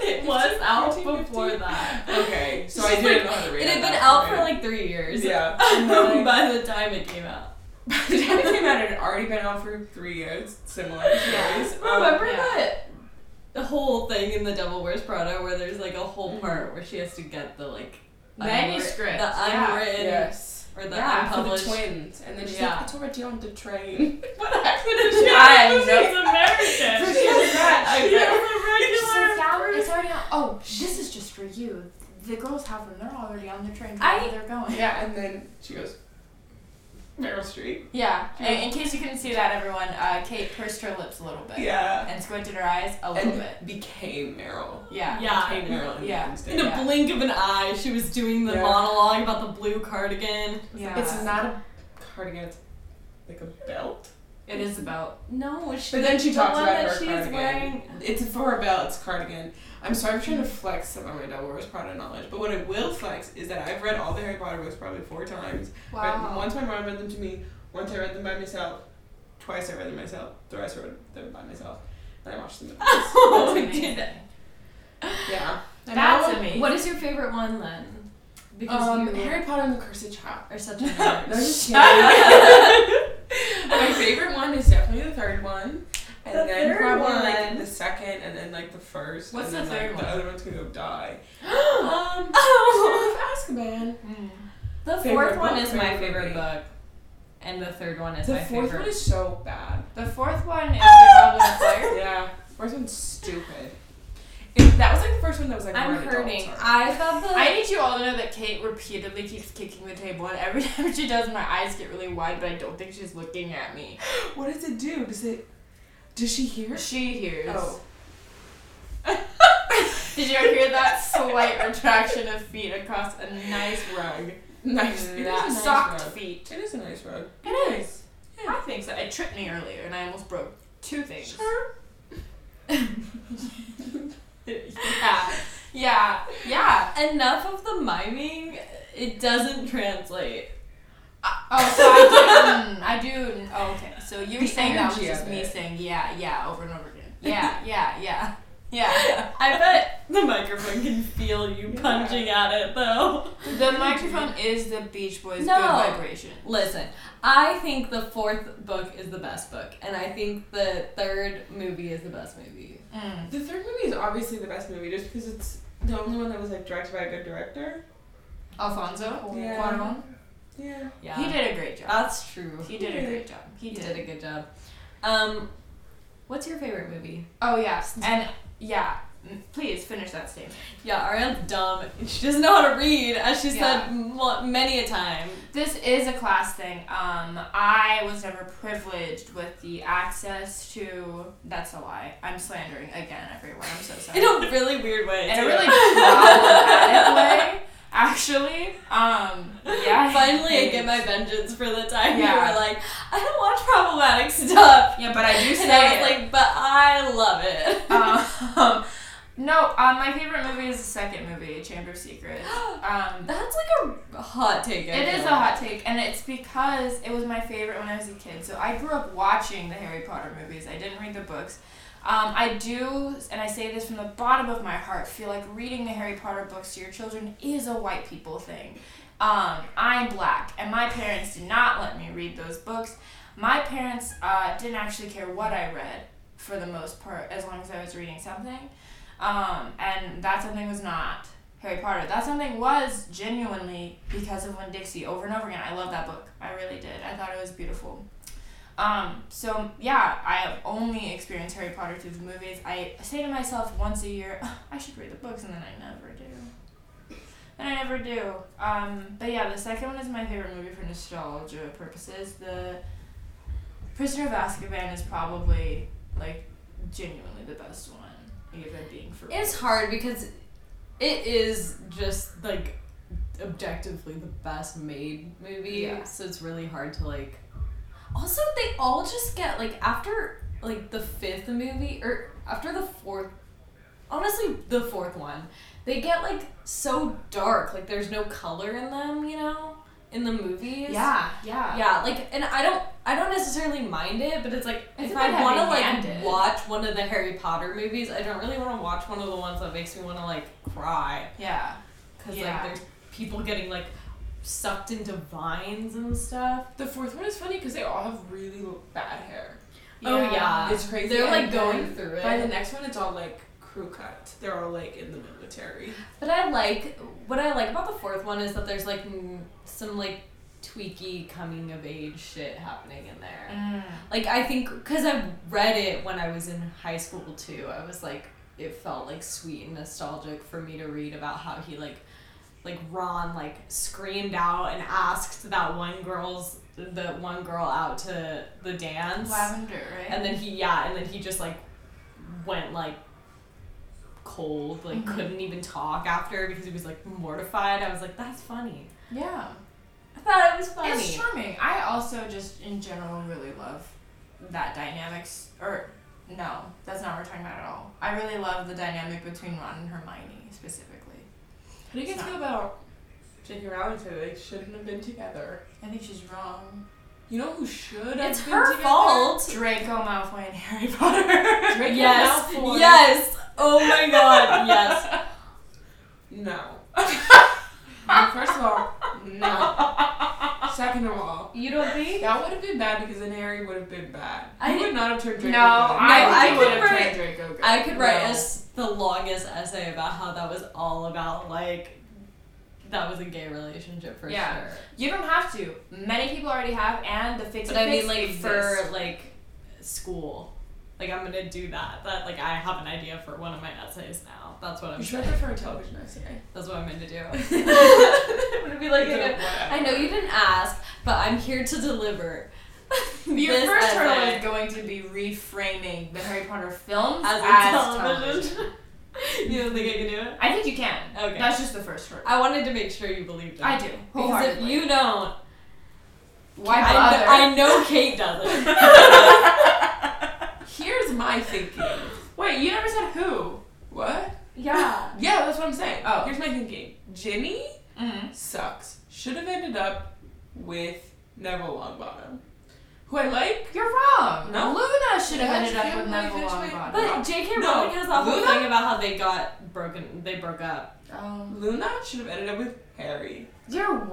Speaker 3: it was out
Speaker 4: 14,
Speaker 3: before
Speaker 4: 15.
Speaker 3: that.
Speaker 4: Okay, so
Speaker 3: It's
Speaker 4: I
Speaker 3: just,
Speaker 4: didn't
Speaker 3: like,
Speaker 4: know how to read.
Speaker 3: It
Speaker 4: at
Speaker 3: had been
Speaker 4: that
Speaker 3: out
Speaker 4: point.
Speaker 3: for like three years.
Speaker 4: Yeah.
Speaker 3: By the time it came out.
Speaker 4: By the time it came out, it had already been out for three years. Similar to
Speaker 2: Yeah.
Speaker 4: yours. Um,
Speaker 3: Remember
Speaker 2: yeah.
Speaker 3: that Oh, the whole thing in The Devil Wears Prada where there's like a whole part where she has to get the like
Speaker 2: Mm-hmm.
Speaker 3: unwri-
Speaker 2: Manuscript,
Speaker 3: the
Speaker 2: yeah.
Speaker 3: unwritten
Speaker 4: Yes.
Speaker 3: or the
Speaker 4: for
Speaker 2: Yeah,
Speaker 4: the
Speaker 3: unpublished.
Speaker 4: twins. And then she's
Speaker 3: Yeah.
Speaker 4: like, it's already on the train. what happened to
Speaker 2: I
Speaker 4: Jack?
Speaker 2: know.
Speaker 3: American.
Speaker 4: I know.
Speaker 2: She sits down, It's already on. Oh, this is just for you. The girls have them. They're already on the train.
Speaker 3: I-
Speaker 2: wherever they're going.
Speaker 4: Yeah, and then she goes, Meryl Streep.
Speaker 2: Yeah. In, in case you couldn't see that, everyone, uh, Kate pursed her lips a little bit.
Speaker 4: Yeah.
Speaker 2: And squinted her eyes a little
Speaker 4: And
Speaker 2: bit.
Speaker 4: became Meryl.
Speaker 2: Yeah.
Speaker 3: Yeah.
Speaker 4: Became Meryl. in
Speaker 2: Yeah.
Speaker 4: Wednesday.
Speaker 3: In a
Speaker 2: Yeah.
Speaker 3: blink of an eye, she was doing the
Speaker 4: Yeah.
Speaker 3: monologue about the blue cardigan.
Speaker 2: Yeah.
Speaker 4: It's not a cardigan, it's like a belt.
Speaker 2: It is about.
Speaker 3: No, she.
Speaker 4: But then she
Speaker 3: the
Speaker 4: talks
Speaker 3: one
Speaker 4: about
Speaker 3: that
Speaker 4: her
Speaker 3: she is
Speaker 4: cardigan.
Speaker 3: wearing.
Speaker 4: It's for a belt, it's a cardigan. I'm sorry I'm trying to flex some of my Devil Wears Prada knowledge, but what I will flex is that I've read all the Harry Potter books probably four times. But
Speaker 2: Wow.
Speaker 4: once my mom read them to me, once I read them by myself, twice I read them myself, thrice I read them by myself, and I watched the movies.
Speaker 3: Oh,
Speaker 2: That's
Speaker 3: we
Speaker 2: amazing.
Speaker 3: did it.
Speaker 4: yeah. And
Speaker 2: That's
Speaker 4: now-
Speaker 2: amazing.
Speaker 3: What is your favorite one then? Because
Speaker 4: Um,
Speaker 3: you
Speaker 4: Harry Potter and the Cursed Child.
Speaker 3: are such a nerd.
Speaker 4: No, just kidding. my favorite one is definitely the third one. And
Speaker 3: The
Speaker 4: then
Speaker 3: third
Speaker 4: probably
Speaker 3: one.
Speaker 4: like the second and then like the first.
Speaker 2: What's
Speaker 4: and then,
Speaker 2: the third
Speaker 4: like,
Speaker 2: one?
Speaker 4: The other one's gonna go die.
Speaker 3: um,
Speaker 4: Prisoner of Azkaban.
Speaker 2: Mm.
Speaker 3: The
Speaker 4: Favorite
Speaker 3: fourth
Speaker 4: book,
Speaker 3: one is my
Speaker 4: favorite
Speaker 3: favorite
Speaker 4: movie.
Speaker 3: book, and the third one is
Speaker 4: The
Speaker 3: my
Speaker 4: fourth
Speaker 3: favorite.
Speaker 4: one is so bad.
Speaker 2: The fourth one is the Goblet of Fire.
Speaker 4: Yeah. Fourth one's stupid. It, that was like the first one that was like
Speaker 3: I'm
Speaker 4: we're an adult,
Speaker 3: hurting.
Speaker 4: sorry.
Speaker 3: I thought the
Speaker 2: I need you all to know that Kate repeatedly keeps kicking the table, and every time she does, my eyes get really wide, but I don't think she's looking at me.
Speaker 4: What does it do? Does it? Does she hear?
Speaker 2: She hears.
Speaker 4: Oh.
Speaker 2: Did you hear that slight retraction of feet across a nice rug?
Speaker 4: Nice. It is a
Speaker 2: That-
Speaker 4: nice
Speaker 2: socked
Speaker 4: rug.
Speaker 2: feet.
Speaker 4: It is a nice rug.
Speaker 2: It is. I think so. It tripped me earlier, and I almost broke two things. yeah. Yeah. Yeah.
Speaker 3: enough of the miming. It doesn't translate.
Speaker 2: Oh, so I do. mm, I do. Oh, okay. So you were
Speaker 4: The
Speaker 2: saying that was
Speaker 4: energy
Speaker 2: just
Speaker 4: of
Speaker 2: me
Speaker 4: it.
Speaker 2: saying yeah, yeah, over and over again. Yeah, yeah, yeah, yeah.
Speaker 3: I bet the microphone can feel you punching at it though.
Speaker 2: The microphone is the Beach Boys'
Speaker 3: No.
Speaker 2: good vibration.
Speaker 3: Listen, I think the fourth book is the best book, and I think the third movie is the best movie.
Speaker 2: Mm.
Speaker 4: The third movie is obviously the best movie, just because it's the only one that was like directed by a good director.
Speaker 2: Alfonso
Speaker 4: Yeah.
Speaker 2: Cuarón.
Speaker 4: Yeah.
Speaker 3: Yeah,
Speaker 2: He did a great job.
Speaker 3: That's true.
Speaker 2: He did a great job. He
Speaker 3: Uh, He
Speaker 2: did.
Speaker 3: did a good job. Um, what's your favorite movie?
Speaker 2: Oh yes, and yeah. mm, Please finish that statement.
Speaker 3: Yeah, Ariel's dumb. She doesn't know how to read, as she
Speaker 2: Yeah.
Speaker 3: said mo- many a time.
Speaker 2: This is a class thing. Um, I was never privileged with the access to. That's a lie. I'm slandering again, everyone. I'm so sorry.
Speaker 3: In a really weird way.
Speaker 2: in a
Speaker 3: too.
Speaker 2: really problematic way, actually. Um, yeah.
Speaker 3: Finally, I get my vengeance for the time
Speaker 2: Yeah.
Speaker 3: you were like, I don't watch problematic stuff.
Speaker 2: Yeah, but I do
Speaker 3: And I
Speaker 2: say
Speaker 3: was
Speaker 2: it.
Speaker 3: like, but I love it.
Speaker 2: um, no, um, my favorite movie is the second movie, Chamber of Secrets. Um,
Speaker 3: That's like a hot take. I
Speaker 2: it is
Speaker 3: feel.
Speaker 2: a hot take, and it's because it was my favorite when I was a kid. So I grew up watching the Harry Potter movies. I didn't read the books. Um, I do, and I say this from the bottom of my heart, feel like reading the Harry Potter books to your children is a white people thing. Um, I'm black, and my parents did not let me read those books. My parents uh, didn't actually care what I read. for the most part as long as I was reading something. Um, and that something was not Harry Potter. That something was genuinely because of Win Dixie over and over again. I love that book. I really did. I thought it was beautiful. Um, so yeah, I have only experienced Harry Potter through the movies. I say to myself once a year, "Ugh, I should read the books, and then I never do. And I never do. Um, but yeah, the second one is my favorite movie for nostalgia purposes. The Prisoner of Azkaban is probably like genuinely the best one. Even being for
Speaker 3: It's hard because it is just like objectively the best made movie.
Speaker 2: Yeah.
Speaker 3: So it's really hard to like. Also, they all just get like after like the fifth movie or after the fourth. Honestly, the fourth one, they get like so dark. Like there's no color in them, you know, in the movies.
Speaker 2: yeah, yeah,
Speaker 3: Yeah, like, and I don't, I don't necessarily mind it, but it's like
Speaker 2: I
Speaker 3: if
Speaker 2: think
Speaker 3: I
Speaker 2: I'd
Speaker 3: want to
Speaker 2: have
Speaker 3: like
Speaker 2: banned it.
Speaker 3: watch one of the Harry Potter movies, I don't really want to watch one of the ones that makes me want to like cry
Speaker 2: yeah.
Speaker 3: because
Speaker 2: Yeah.
Speaker 3: like there's people getting like sucked into vines and stuff.
Speaker 4: The fourth one is funny because they all have really l- bad hair.
Speaker 3: Oh yeah,
Speaker 4: It's crazy.
Speaker 3: They're like
Speaker 4: And
Speaker 3: going
Speaker 4: then
Speaker 3: through
Speaker 4: By the
Speaker 3: it.
Speaker 4: next one, it's all like crew cut. They're all like in the military.
Speaker 3: But I like what I like about the fourth one is that there's like n- some like tweaky coming of age shit happening in there.
Speaker 2: Mm.
Speaker 3: Like I think because I read it when I was in high school too. I was like, it felt like sweet and nostalgic for me to read about how he like, like Ron like screamed out and asked that one girl's the one girl out to the dance,
Speaker 2: Lavender, right?
Speaker 3: and then he yeah, and then he just like went like cold, like
Speaker 4: Mm-hmm.
Speaker 2: Mhm.
Speaker 3: couldn't even talk after because he was like mortified. I was like, that's funny.
Speaker 2: yeah.
Speaker 3: I thought it was funny.
Speaker 2: It's charming. I also just in general really love that dynamics or no, that's not what we're talking about at all. I really love the dynamic between Ron and Hermione specifically.
Speaker 4: How do you guys
Speaker 2: It's not-
Speaker 4: feel about J.K. Rowling said they shouldn't have been together?
Speaker 2: I think she's wrong.
Speaker 4: You know who should have
Speaker 3: it's
Speaker 4: been
Speaker 3: her
Speaker 4: together?
Speaker 3: fault.
Speaker 2: Draco Malfoy and Harry Potter.
Speaker 4: Draco
Speaker 3: Yes.
Speaker 4: Malfoy.
Speaker 3: Yes. Oh my god. Yes.
Speaker 4: No. First of all, no. Second of all,
Speaker 3: You don't think?
Speaker 4: that would have been bad because then Harry would have been bad.
Speaker 3: I
Speaker 4: I would
Speaker 3: didn't-
Speaker 4: not have turned Draco
Speaker 2: No,
Speaker 4: good.
Speaker 2: I-
Speaker 4: You
Speaker 3: I
Speaker 4: would
Speaker 3: could
Speaker 4: have
Speaker 3: write-
Speaker 4: turned Draco good.
Speaker 3: I could write
Speaker 4: No.
Speaker 3: us the longest essay about how that was all about like that was a gay relationship for
Speaker 2: Yeah.
Speaker 3: sure.
Speaker 2: you don't have to. Many people already have and the fix
Speaker 3: But I mean like for like school. Like I'm gonna do that. That like I have an idea for one of my essays now. That's what I'm
Speaker 4: You should have for a television essay.
Speaker 3: that's what I'm gonna do. I'm gonna be like,
Speaker 4: You know,
Speaker 3: I know you didn't ask, but I'm here to deliver.
Speaker 2: your
Speaker 3: this
Speaker 2: first hurdle
Speaker 3: essay.
Speaker 2: is going to be reframing the Harry Potter films
Speaker 3: as, a television. you don't think I can do it?
Speaker 2: I think you can.
Speaker 3: Okay.
Speaker 2: That's just the first hurdle.
Speaker 3: I wanted to make sure you believed it.
Speaker 2: I do.
Speaker 3: Because if
Speaker 2: wholeheartedly.
Speaker 3: you don't,
Speaker 2: Why
Speaker 3: I,
Speaker 2: bother?
Speaker 3: kn- I know Kate doesn't.
Speaker 4: Here's my thinking.
Speaker 2: Wait, you never said who.
Speaker 4: What?
Speaker 3: yeah.
Speaker 4: Yeah, that's what I'm saying.
Speaker 2: Oh.
Speaker 4: Here's my thinking. Ginny
Speaker 3: Mm-hmm.
Speaker 2: Mm.
Speaker 4: sucks. Should have ended up with Neville Longbottom, who I like.
Speaker 2: You're wrong.
Speaker 4: No.
Speaker 2: Luna should have ended up
Speaker 4: Yes,
Speaker 2: with
Speaker 4: you
Speaker 2: Neville
Speaker 4: really
Speaker 2: Longbottom.
Speaker 4: should have-
Speaker 3: But J.K.
Speaker 4: No.
Speaker 3: Rowling has that whole
Speaker 4: Luna?
Speaker 3: thing about how they got broken. They broke up.
Speaker 2: um,
Speaker 4: Luna should have ended up with Harry.
Speaker 2: you're wrong.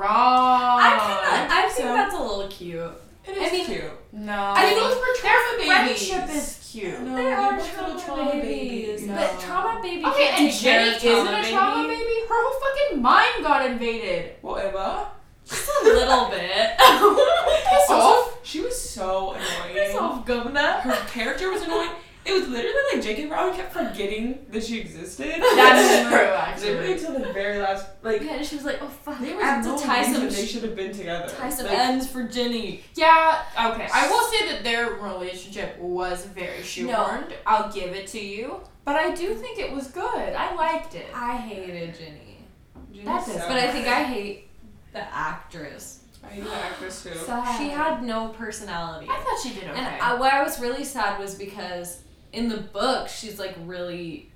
Speaker 3: I kind of. I think
Speaker 4: so.
Speaker 3: that's a little cute.
Speaker 4: It is
Speaker 3: I mean-
Speaker 4: cute.
Speaker 2: no.
Speaker 3: I think
Speaker 4: Those were trauma
Speaker 2: their
Speaker 4: babies.
Speaker 2: friendship is cute.
Speaker 4: No,
Speaker 3: they
Speaker 4: they're
Speaker 3: are
Speaker 4: both little
Speaker 3: trauma, babies, but
Speaker 2: No.
Speaker 3: trauma baby.
Speaker 2: Okay,
Speaker 3: can't
Speaker 2: and
Speaker 3: take care
Speaker 2: Jenny
Speaker 3: of
Speaker 2: isn't a trauma baby. Her whole fucking mind got invaded.
Speaker 4: Whatever.
Speaker 3: Just a little bit.
Speaker 4: Piss off. She was so annoying.
Speaker 3: Piss off, governor.
Speaker 4: Her character was annoying. It was literally like J.K. Rowling kept forgetting that she existed.
Speaker 2: That's true,
Speaker 4: Literally
Speaker 2: actually.
Speaker 4: until the very last, like,
Speaker 3: Yeah, and she was like, "Oh fuck, I
Speaker 4: there was
Speaker 3: have
Speaker 4: no
Speaker 3: to tie
Speaker 4: reason
Speaker 3: some
Speaker 4: they should have been together.
Speaker 3: tie some
Speaker 4: Like,
Speaker 3: ends for Jenny."
Speaker 2: Yeah, okay. I will say that their relationship was very shoehorned. I'll give it to you. But I do think it was good. I liked it.
Speaker 3: I hated Jenny.
Speaker 4: Ginny's
Speaker 2: That's it.
Speaker 4: so
Speaker 3: But I think
Speaker 4: annoying.
Speaker 3: I hate the actress.
Speaker 4: I hate the actress too.
Speaker 3: She had no personality.
Speaker 2: I thought she did okay.
Speaker 3: And I, what I was really sad was because in the book, she's like really.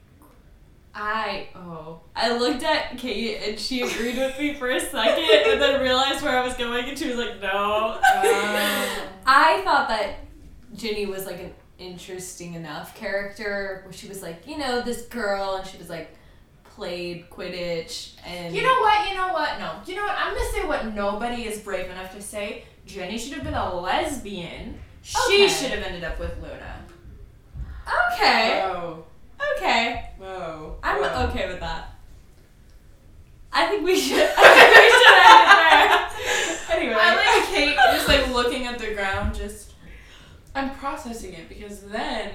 Speaker 3: I oh I looked at Kate and she agreed with me for a second and then realized where I was going and she was like no. I thought that Ginny was like an interesting enough character where she was like you know this girl and she was like played Quidditch and
Speaker 2: you know what? You know what? No. You know what? I'm gonna say what nobody is brave enough to say. Jenny should have been a lesbian.
Speaker 3: Okay.
Speaker 2: She should have ended up with Luna.
Speaker 3: Okay.
Speaker 4: Whoa.
Speaker 3: Okay.
Speaker 4: Whoa.
Speaker 3: I'm
Speaker 4: whoa.
Speaker 3: okay with that. I think we should. I think we should end it there. Anyway.
Speaker 2: I like Kate just like looking at the ground, just
Speaker 4: I'm processing it because then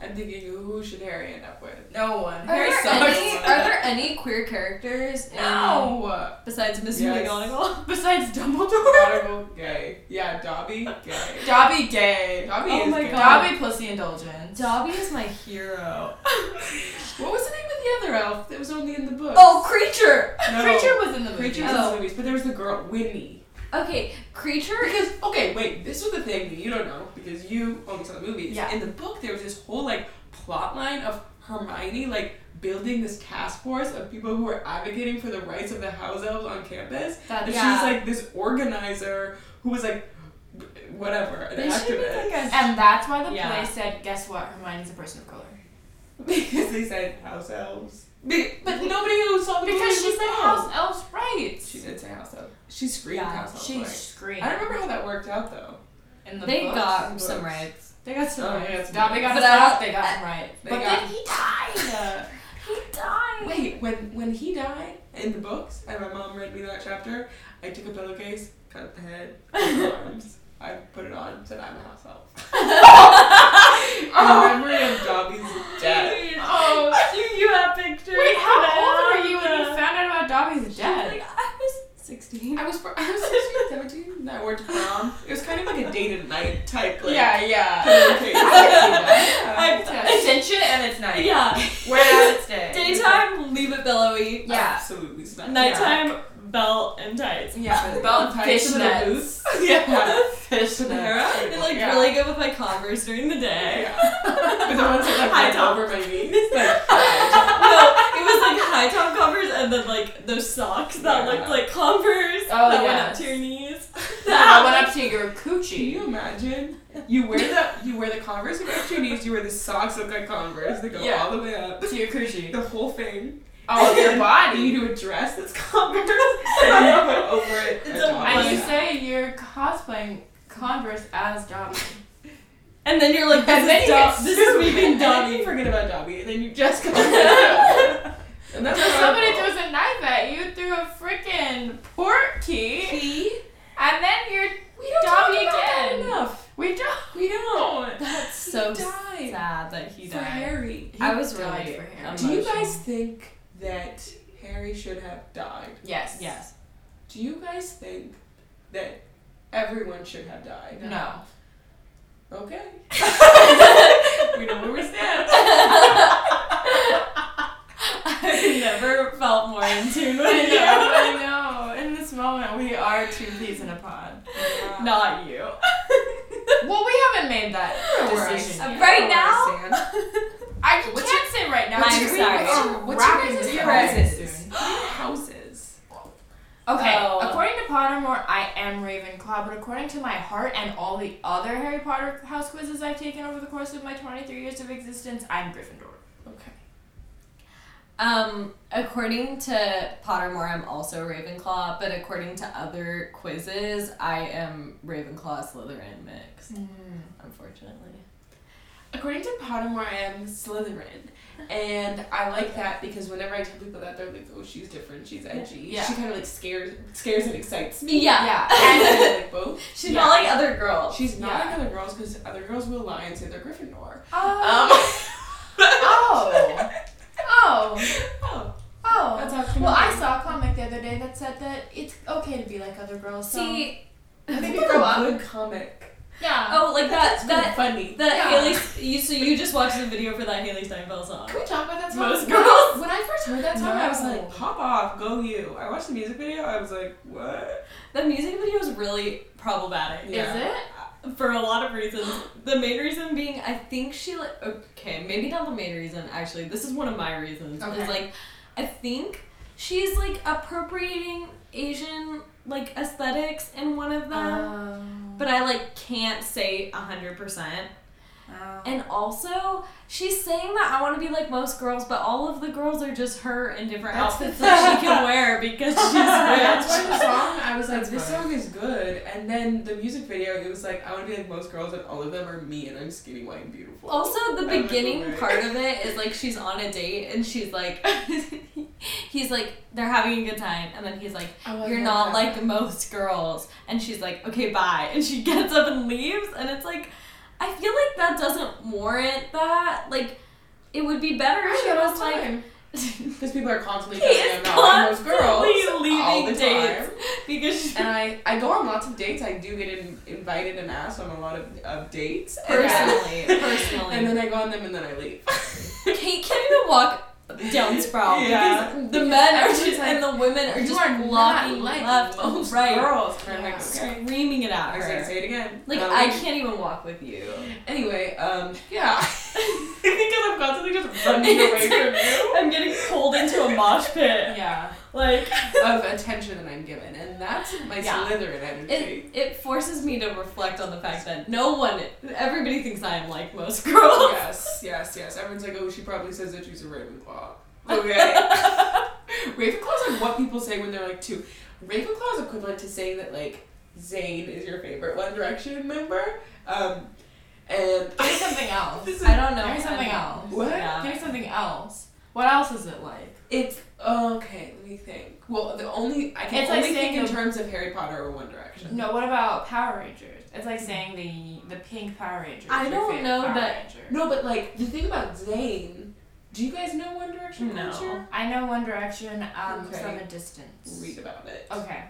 Speaker 4: I'm thinking, who should Harry end up with?
Speaker 2: no one.
Speaker 3: Are
Speaker 2: Harry
Speaker 3: there,
Speaker 2: sucks.
Speaker 3: any, are there any queer characters in,
Speaker 4: No.
Speaker 3: besides Mrs.
Speaker 4: Yes.
Speaker 3: McGonagall?
Speaker 2: besides Dumbledore?
Speaker 4: Audible gay. Yeah, Dobby gay.
Speaker 2: Dobby gay.
Speaker 4: Dobby
Speaker 3: Oh
Speaker 4: is
Speaker 3: my
Speaker 4: gay.
Speaker 3: God.
Speaker 2: Dobby pussy indulgence.
Speaker 3: Dobby is my hero.
Speaker 4: What was the name of the other elf that was only in the book?
Speaker 3: Oh, Creature!
Speaker 4: no.
Speaker 2: Creature was in the movie.
Speaker 4: Creature was in
Speaker 3: Oh.
Speaker 4: the movies, but there was the girl Winnie.
Speaker 3: Okay, Creature
Speaker 4: Because okay, wait, this was the thing that you don't know because you only saw the movies.
Speaker 2: Yeah.
Speaker 4: In the book, there was this whole like plot line of Hermione like building this task force of people who were advocating for the rights of the house elves on campus,
Speaker 3: That-
Speaker 4: and
Speaker 3: yeah.
Speaker 4: she was like this organizer who was like b- whatever an
Speaker 3: They should make,
Speaker 4: activist.
Speaker 3: like,
Speaker 2: And that's why the
Speaker 3: Yeah.
Speaker 2: play said, guess what, Hermione's a person of color.
Speaker 4: because they said house elves. Be- But nobody who saw the
Speaker 2: Because
Speaker 4: movies
Speaker 2: she
Speaker 4: would
Speaker 2: said
Speaker 4: know.
Speaker 2: house elves rights.
Speaker 4: She did say house elf. She screamed
Speaker 3: Yeah,
Speaker 4: house elf.
Speaker 2: She
Speaker 4: right?
Speaker 2: screamed.
Speaker 4: I don't remember how that worked out though.
Speaker 2: In the
Speaker 3: They
Speaker 2: books.
Speaker 3: got
Speaker 4: books.
Speaker 3: some rights.
Speaker 2: They got some
Speaker 4: Oh,
Speaker 2: right.
Speaker 4: yeah, it's
Speaker 2: Dobby got
Speaker 3: But
Speaker 2: us
Speaker 3: I
Speaker 2: out,
Speaker 3: don't-
Speaker 2: They got him right.
Speaker 4: They
Speaker 2: but
Speaker 4: got-
Speaker 2: then he died. he died.
Speaker 4: Wait, when when he died in the books, and my mom read me that chapter, I took a pillowcase, cut the head, cut the arms, I put it on, said I'm a house elf. In memory of Dobby's death.
Speaker 2: Oh.
Speaker 3: you, you have pictures.
Speaker 2: Wait, how
Speaker 3: but I
Speaker 2: old were you
Speaker 3: don't
Speaker 2: when you
Speaker 3: know.
Speaker 2: found out about Dobby's death?
Speaker 3: Like, I was 16.
Speaker 4: I was fr- I was 16, 17 and I went to prom. It was kind of like a date at night type like
Speaker 2: yeah.
Speaker 4: pillowcase. Yeah.
Speaker 2: Attention and it's night.
Speaker 3: yeah.
Speaker 2: Where does it stay?
Speaker 3: Daytime, leave it billowy.
Speaker 2: Yeah.
Speaker 4: Absolutely smack.
Speaker 3: Nighttime, belt and tights.
Speaker 2: Yeah.
Speaker 4: Belt
Speaker 2: About
Speaker 4: tights, little
Speaker 2: fishnets.
Speaker 4: boots. Yeah.
Speaker 2: Fishnets.
Speaker 4: Panera.
Speaker 3: They look
Speaker 2: Yeah.
Speaker 3: really good with my Converse during the day.
Speaker 4: Yeah. But the ones that
Speaker 3: High
Speaker 4: like
Speaker 3: top.
Speaker 4: went over my knees. Like,
Speaker 3: no, it was like high top Converse and then like those socks that
Speaker 4: Yeah.
Speaker 3: looked like Converse
Speaker 2: Oh,
Speaker 3: that went up
Speaker 2: yes.
Speaker 3: to your knees.
Speaker 2: I went up to
Speaker 4: Can
Speaker 2: your coochie.
Speaker 4: you imagine? You wear the you wear the Converse you go up to your knees. You wear the socks that look like Converse. They go
Speaker 2: Yeah.
Speaker 4: all the way up.
Speaker 2: To your coochie.
Speaker 4: The whole thing.
Speaker 2: Oh, your
Speaker 4: And
Speaker 2: body.
Speaker 4: you do a dress that's Converse. and you put over it.
Speaker 3: It's
Speaker 4: a
Speaker 3: a
Speaker 4: top.
Speaker 2: And you
Speaker 3: Yeah.
Speaker 2: say you're cosplaying Converse as Dobby.
Speaker 3: And then you're like,
Speaker 2: And then
Speaker 3: this is,
Speaker 2: you get
Speaker 3: dumb. this is me being
Speaker 4: And then you
Speaker 3: dumb.
Speaker 4: forget about Dobby, and then you just go. and that's
Speaker 2: So somebody
Speaker 4: horrible.
Speaker 2: throws a knife at you through a freaking port key, and then you're
Speaker 4: We don't
Speaker 2: Dobby
Speaker 4: talk about that
Speaker 2: again.
Speaker 4: enough.
Speaker 2: we don't.
Speaker 4: We don't.
Speaker 3: That's so
Speaker 4: died.
Speaker 3: sad that he
Speaker 4: For
Speaker 3: died.
Speaker 4: Harry. He
Speaker 3: I was
Speaker 2: died
Speaker 3: really.
Speaker 2: for Harry.
Speaker 4: Do you
Speaker 3: emotional.
Speaker 4: guys think that Harry should have died?
Speaker 2: Yes.
Speaker 3: Yes.
Speaker 4: Do you guys think that everyone should have died?
Speaker 2: No.
Speaker 4: Okay. we know where we stand.
Speaker 3: I've never felt more in tune
Speaker 2: I
Speaker 3: with you.
Speaker 2: know. I know. In this moment, we are two peas in a pod.
Speaker 3: Not you.
Speaker 2: Well, we haven't made that decision.
Speaker 3: Uh,
Speaker 2: yet.
Speaker 3: right
Speaker 4: Where I
Speaker 3: now?
Speaker 4: stand.
Speaker 2: I can't say right now.
Speaker 3: what's
Speaker 2: because
Speaker 3: your-
Speaker 2: we
Speaker 3: sorry.
Speaker 2: are
Speaker 4: What's your
Speaker 2: wrapping
Speaker 4: guys'
Speaker 2: this
Speaker 4: houses?
Speaker 2: up soon.
Speaker 4: What are your houses?
Speaker 2: Okay,
Speaker 3: Oh.
Speaker 2: according to Pottermore, I am Ravenclaw, but according to my heart and all the other Harry Potter house quizzes I've taken over the course of my 23 years of existence, I'm Gryffindor.
Speaker 4: Okay.
Speaker 3: Um, according to Pottermore, I'm also Ravenclaw, but according to other quizzes, I am Ravenclaw Slytherin mixed,
Speaker 2: Hmm.
Speaker 3: unfortunately.
Speaker 4: According to Pottermore, I am Slytherin, and I like that because whenever I tell people that, they're like, "Oh, she's different. She's edgy.
Speaker 2: Yeah.
Speaker 4: She kind of like scares, scares and excites me."
Speaker 3: Yeah.
Speaker 2: Yeah.
Speaker 4: And I like both.
Speaker 3: She's not like other girls.
Speaker 4: She's not
Speaker 2: Yeah.
Speaker 4: like other girls because other girls will lie and say they're Gryffindor.
Speaker 2: oh.
Speaker 4: Um.
Speaker 2: oh. Oh.
Speaker 4: Oh.
Speaker 2: Oh.
Speaker 4: That's how
Speaker 2: well, I saw a comic the other day that said that it's okay to be like other girls. So.
Speaker 3: See,
Speaker 4: I think
Speaker 2: Grow
Speaker 4: you're a
Speaker 2: up.
Speaker 4: good comic.
Speaker 2: Yeah.
Speaker 3: oh, like that, that,
Speaker 4: funny.
Speaker 3: that
Speaker 2: Yeah.
Speaker 3: Haley, you, so you just watched the video for that Haley Steinfeld song.
Speaker 2: Can we talk about that song?
Speaker 3: Most
Speaker 2: When I-
Speaker 3: girls.
Speaker 2: When I first heard that song, I was like,
Speaker 4: hop off, go you. I watched the music video. I was like, what?
Speaker 3: The music video is really problematic.
Speaker 4: Yeah.
Speaker 2: is it?
Speaker 3: for a lot of reasons. The main reason being, I think she like okay, maybe not the main reason. Actually, this is one of my reasons.
Speaker 2: Okay.
Speaker 3: Is like, I think she's like appropriating Asian like aesthetics in one of them,
Speaker 2: Um,
Speaker 3: but I like can't say hundred percent.
Speaker 2: Oh.
Speaker 3: And also, she's saying that I want to be like most girls, but all of the girls are just her in different
Speaker 4: That's the
Speaker 3: outfits that she
Speaker 4: thing.
Speaker 3: can wear because she's
Speaker 4: That's why
Speaker 3: rich.
Speaker 4: the song, I was like,
Speaker 3: That's
Speaker 4: this
Speaker 3: funny.
Speaker 4: song is good. And then the music video, it was like, I want to be like most girls, and all of them are me, and I'm skinny, white, and beautiful.
Speaker 3: Also, the
Speaker 4: I don't
Speaker 3: beginning
Speaker 4: know.
Speaker 3: part of it is like she's on a date and she's like, he's like, they're having a good time, and then he's like, you're not like most girls, and she's like, okay, bye, and she gets up and leaves, and it's like, I feel like that doesn't warrant that. Like, it would be better if she was like,
Speaker 4: Because people are constantly
Speaker 3: He
Speaker 4: telling me
Speaker 3: is
Speaker 4: I'm not like most
Speaker 3: constantly
Speaker 4: girls. all
Speaker 3: leaving
Speaker 4: the
Speaker 3: dates.
Speaker 4: time.
Speaker 3: because she,
Speaker 4: And I, I go on lots of dates. I do get in, invited and asked on a lot of, of dates. And then-
Speaker 3: personally, personally,
Speaker 4: And then I go on them and then I leave.
Speaker 3: Kate can't even walk down Sprout
Speaker 4: Yeah.
Speaker 3: because the men are
Speaker 2: everyone's
Speaker 3: just and the women are
Speaker 2: "You
Speaker 3: just
Speaker 2: are not
Speaker 3: blocking
Speaker 2: like
Speaker 3: left and
Speaker 4: Most
Speaker 3: right,
Speaker 4: girls. And I'm
Speaker 2: Yeah.
Speaker 4: like, okay.
Speaker 3: screaming it
Speaker 4: I
Speaker 3: at
Speaker 4: was like,
Speaker 3: her.
Speaker 4: say it again.
Speaker 3: Like
Speaker 4: Um,
Speaker 3: I can't even walk with you.
Speaker 4: Anyway, um, yeah. because I'm constantly just running away from you.
Speaker 3: I'm getting pulled into a mosh pit.
Speaker 2: yeah.
Speaker 3: Like
Speaker 4: of attention that I'm given, and that's my
Speaker 3: Yeah.
Speaker 4: Slytherin energy.
Speaker 3: it, it forces me to reflect on the fact that no one, everybody thinks I am like most girls.
Speaker 4: yes, yes, yes. Everyone's like, oh, she probably says that she's a Ravenclaw. Okay. Ravenclaw's like what people say when they're like two. Ravenclaw's equivalent to saying that like Zayn is your favorite One Direction member. Um, and
Speaker 2: Give me something else.
Speaker 4: This is-
Speaker 3: I don't know.
Speaker 2: Give me something else.
Speaker 4: What?
Speaker 3: Yeah.
Speaker 2: Give me something else. What else is it like?
Speaker 4: It's okay. Let me think. Well, the only I can
Speaker 2: It's like
Speaker 4: only think
Speaker 2: saying
Speaker 4: in
Speaker 2: the-
Speaker 4: terms of Harry Potter or One Direction.
Speaker 2: No, what about Power Rangers? It's like saying the the pink Power Ranger. is
Speaker 3: I
Speaker 2: your
Speaker 3: don't
Speaker 2: favorite
Speaker 3: know
Speaker 2: Power
Speaker 3: that-
Speaker 2: Ranger.
Speaker 4: No, but like the thing about Zayn. Do you guys know One Direction
Speaker 3: No.
Speaker 4: culture?
Speaker 2: I know One Direction um,
Speaker 4: Okay.
Speaker 2: from a distance.
Speaker 4: Read about it.
Speaker 2: Okay.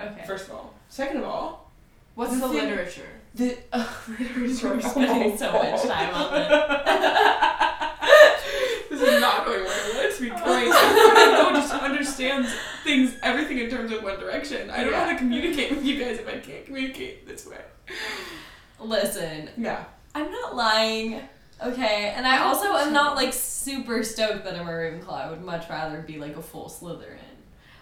Speaker 2: Okay.
Speaker 4: First of all. Second of all,
Speaker 2: What's
Speaker 4: the
Speaker 2: the,
Speaker 4: thing-
Speaker 2: literature?
Speaker 4: the uh, readers
Speaker 3: We're spending so much time on
Speaker 4: this is not going well. Let's be great. I just understands things, everything in terms of One Direction. I don't know how to communicate with you guys if I can't communicate this way.
Speaker 3: Listen,
Speaker 4: Yeah.
Speaker 3: I'm not lying. Okay, and I
Speaker 2: I
Speaker 3: also
Speaker 2: don't
Speaker 3: am
Speaker 2: think
Speaker 3: not
Speaker 2: so.
Speaker 3: like super stoked that I'm a Ravenclaw. I would much rather be like a full Slytherin.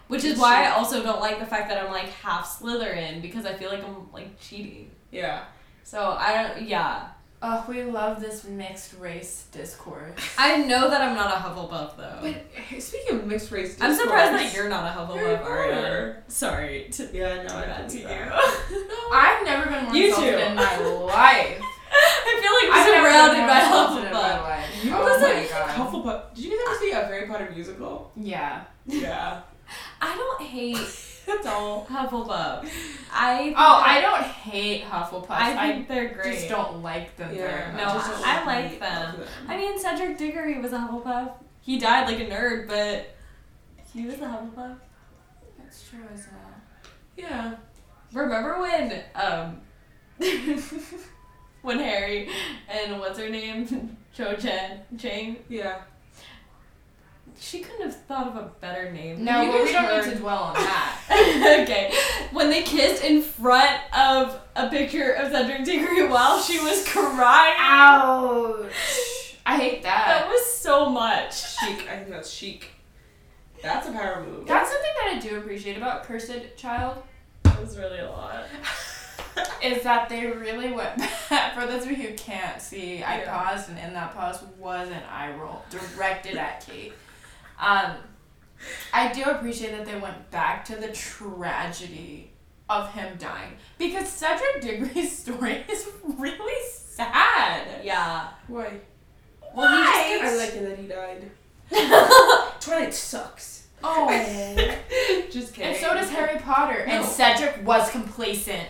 Speaker 3: Which is
Speaker 4: It's
Speaker 3: why I
Speaker 4: true.
Speaker 3: also don't like the fact that I'm like half Slytherin because I feel like I'm like cheating.
Speaker 4: Yeah.
Speaker 3: So I don't, yeah.
Speaker 2: Oh, we love this mixed race discourse.
Speaker 3: I know that I'm not a Hufflepuff though.
Speaker 4: But hey, speaking of mixed race,
Speaker 3: I'm surprised that
Speaker 4: discourse-
Speaker 3: you're not a
Speaker 4: Harry
Speaker 3: Hufflepuff,
Speaker 4: Potter.
Speaker 3: Ariana. Sorry to do
Speaker 4: Yeah, no, I
Speaker 3: that
Speaker 4: don't
Speaker 3: to
Speaker 4: do
Speaker 3: you.
Speaker 4: that. No.
Speaker 2: I've never been more
Speaker 3: You
Speaker 2: insulted
Speaker 3: too.
Speaker 2: in my life.
Speaker 3: I feel like
Speaker 2: I've
Speaker 3: I'm
Speaker 2: never
Speaker 3: surrounded
Speaker 2: been
Speaker 3: by
Speaker 2: more insulted in my
Speaker 3: Hufflepuff.
Speaker 2: life.
Speaker 4: You
Speaker 2: oh
Speaker 3: listen-
Speaker 2: my god.
Speaker 4: Hufflepuff. Did you know there was a Harry Potter musical?
Speaker 2: yeah.
Speaker 4: Yeah.
Speaker 3: I don't hate
Speaker 4: That's all.
Speaker 3: Hufflepuff. I
Speaker 2: Oh, I don't hate Hufflepuffs.
Speaker 3: I
Speaker 2: I,
Speaker 3: think they're great.
Speaker 2: just don't like them very
Speaker 4: Yeah.
Speaker 2: much.
Speaker 3: No,
Speaker 4: just don't
Speaker 3: I
Speaker 4: like
Speaker 3: like
Speaker 4: me.
Speaker 3: them.
Speaker 4: Love
Speaker 3: I mean, Cedric Diggory was a Hufflepuff. He died like a nerd, but he was a Hufflepuff.
Speaker 2: That's true as well.
Speaker 4: Yeah.
Speaker 3: Remember when, um, when Harry and what's her name, Cho Chen Chang,
Speaker 4: Yeah.
Speaker 3: she couldn't have thought of a better name.
Speaker 2: No,
Speaker 4: You
Speaker 2: but we
Speaker 4: guys
Speaker 2: don't need
Speaker 4: heard-
Speaker 2: to dwell on that.
Speaker 3: okay, when they kissed in front of a picture of Cedric Diggory while she was crying,
Speaker 2: Ouch. I hate
Speaker 3: that
Speaker 2: that.
Speaker 3: was so much.
Speaker 4: Chic. I think that's chic. That's a power move.
Speaker 2: That's something that I do appreciate about Cursed Child
Speaker 3: That was really a lot.
Speaker 2: is that they really went back. For those of you who can't see, I
Speaker 4: Yeah.
Speaker 2: paused, and in that pause was an eye roll directed at Kate. Um, I do appreciate that they went back to the tragedy of him dying because Cedric Diggory's story is really sad.
Speaker 3: Yeah.
Speaker 4: Why?
Speaker 2: Well, he just
Speaker 4: I
Speaker 2: gets-
Speaker 4: like it that he died. Twilight sucks.
Speaker 2: oh,
Speaker 4: Just kidding.
Speaker 2: and so does Harry Potter. And
Speaker 4: No.
Speaker 2: Cedric was complacent.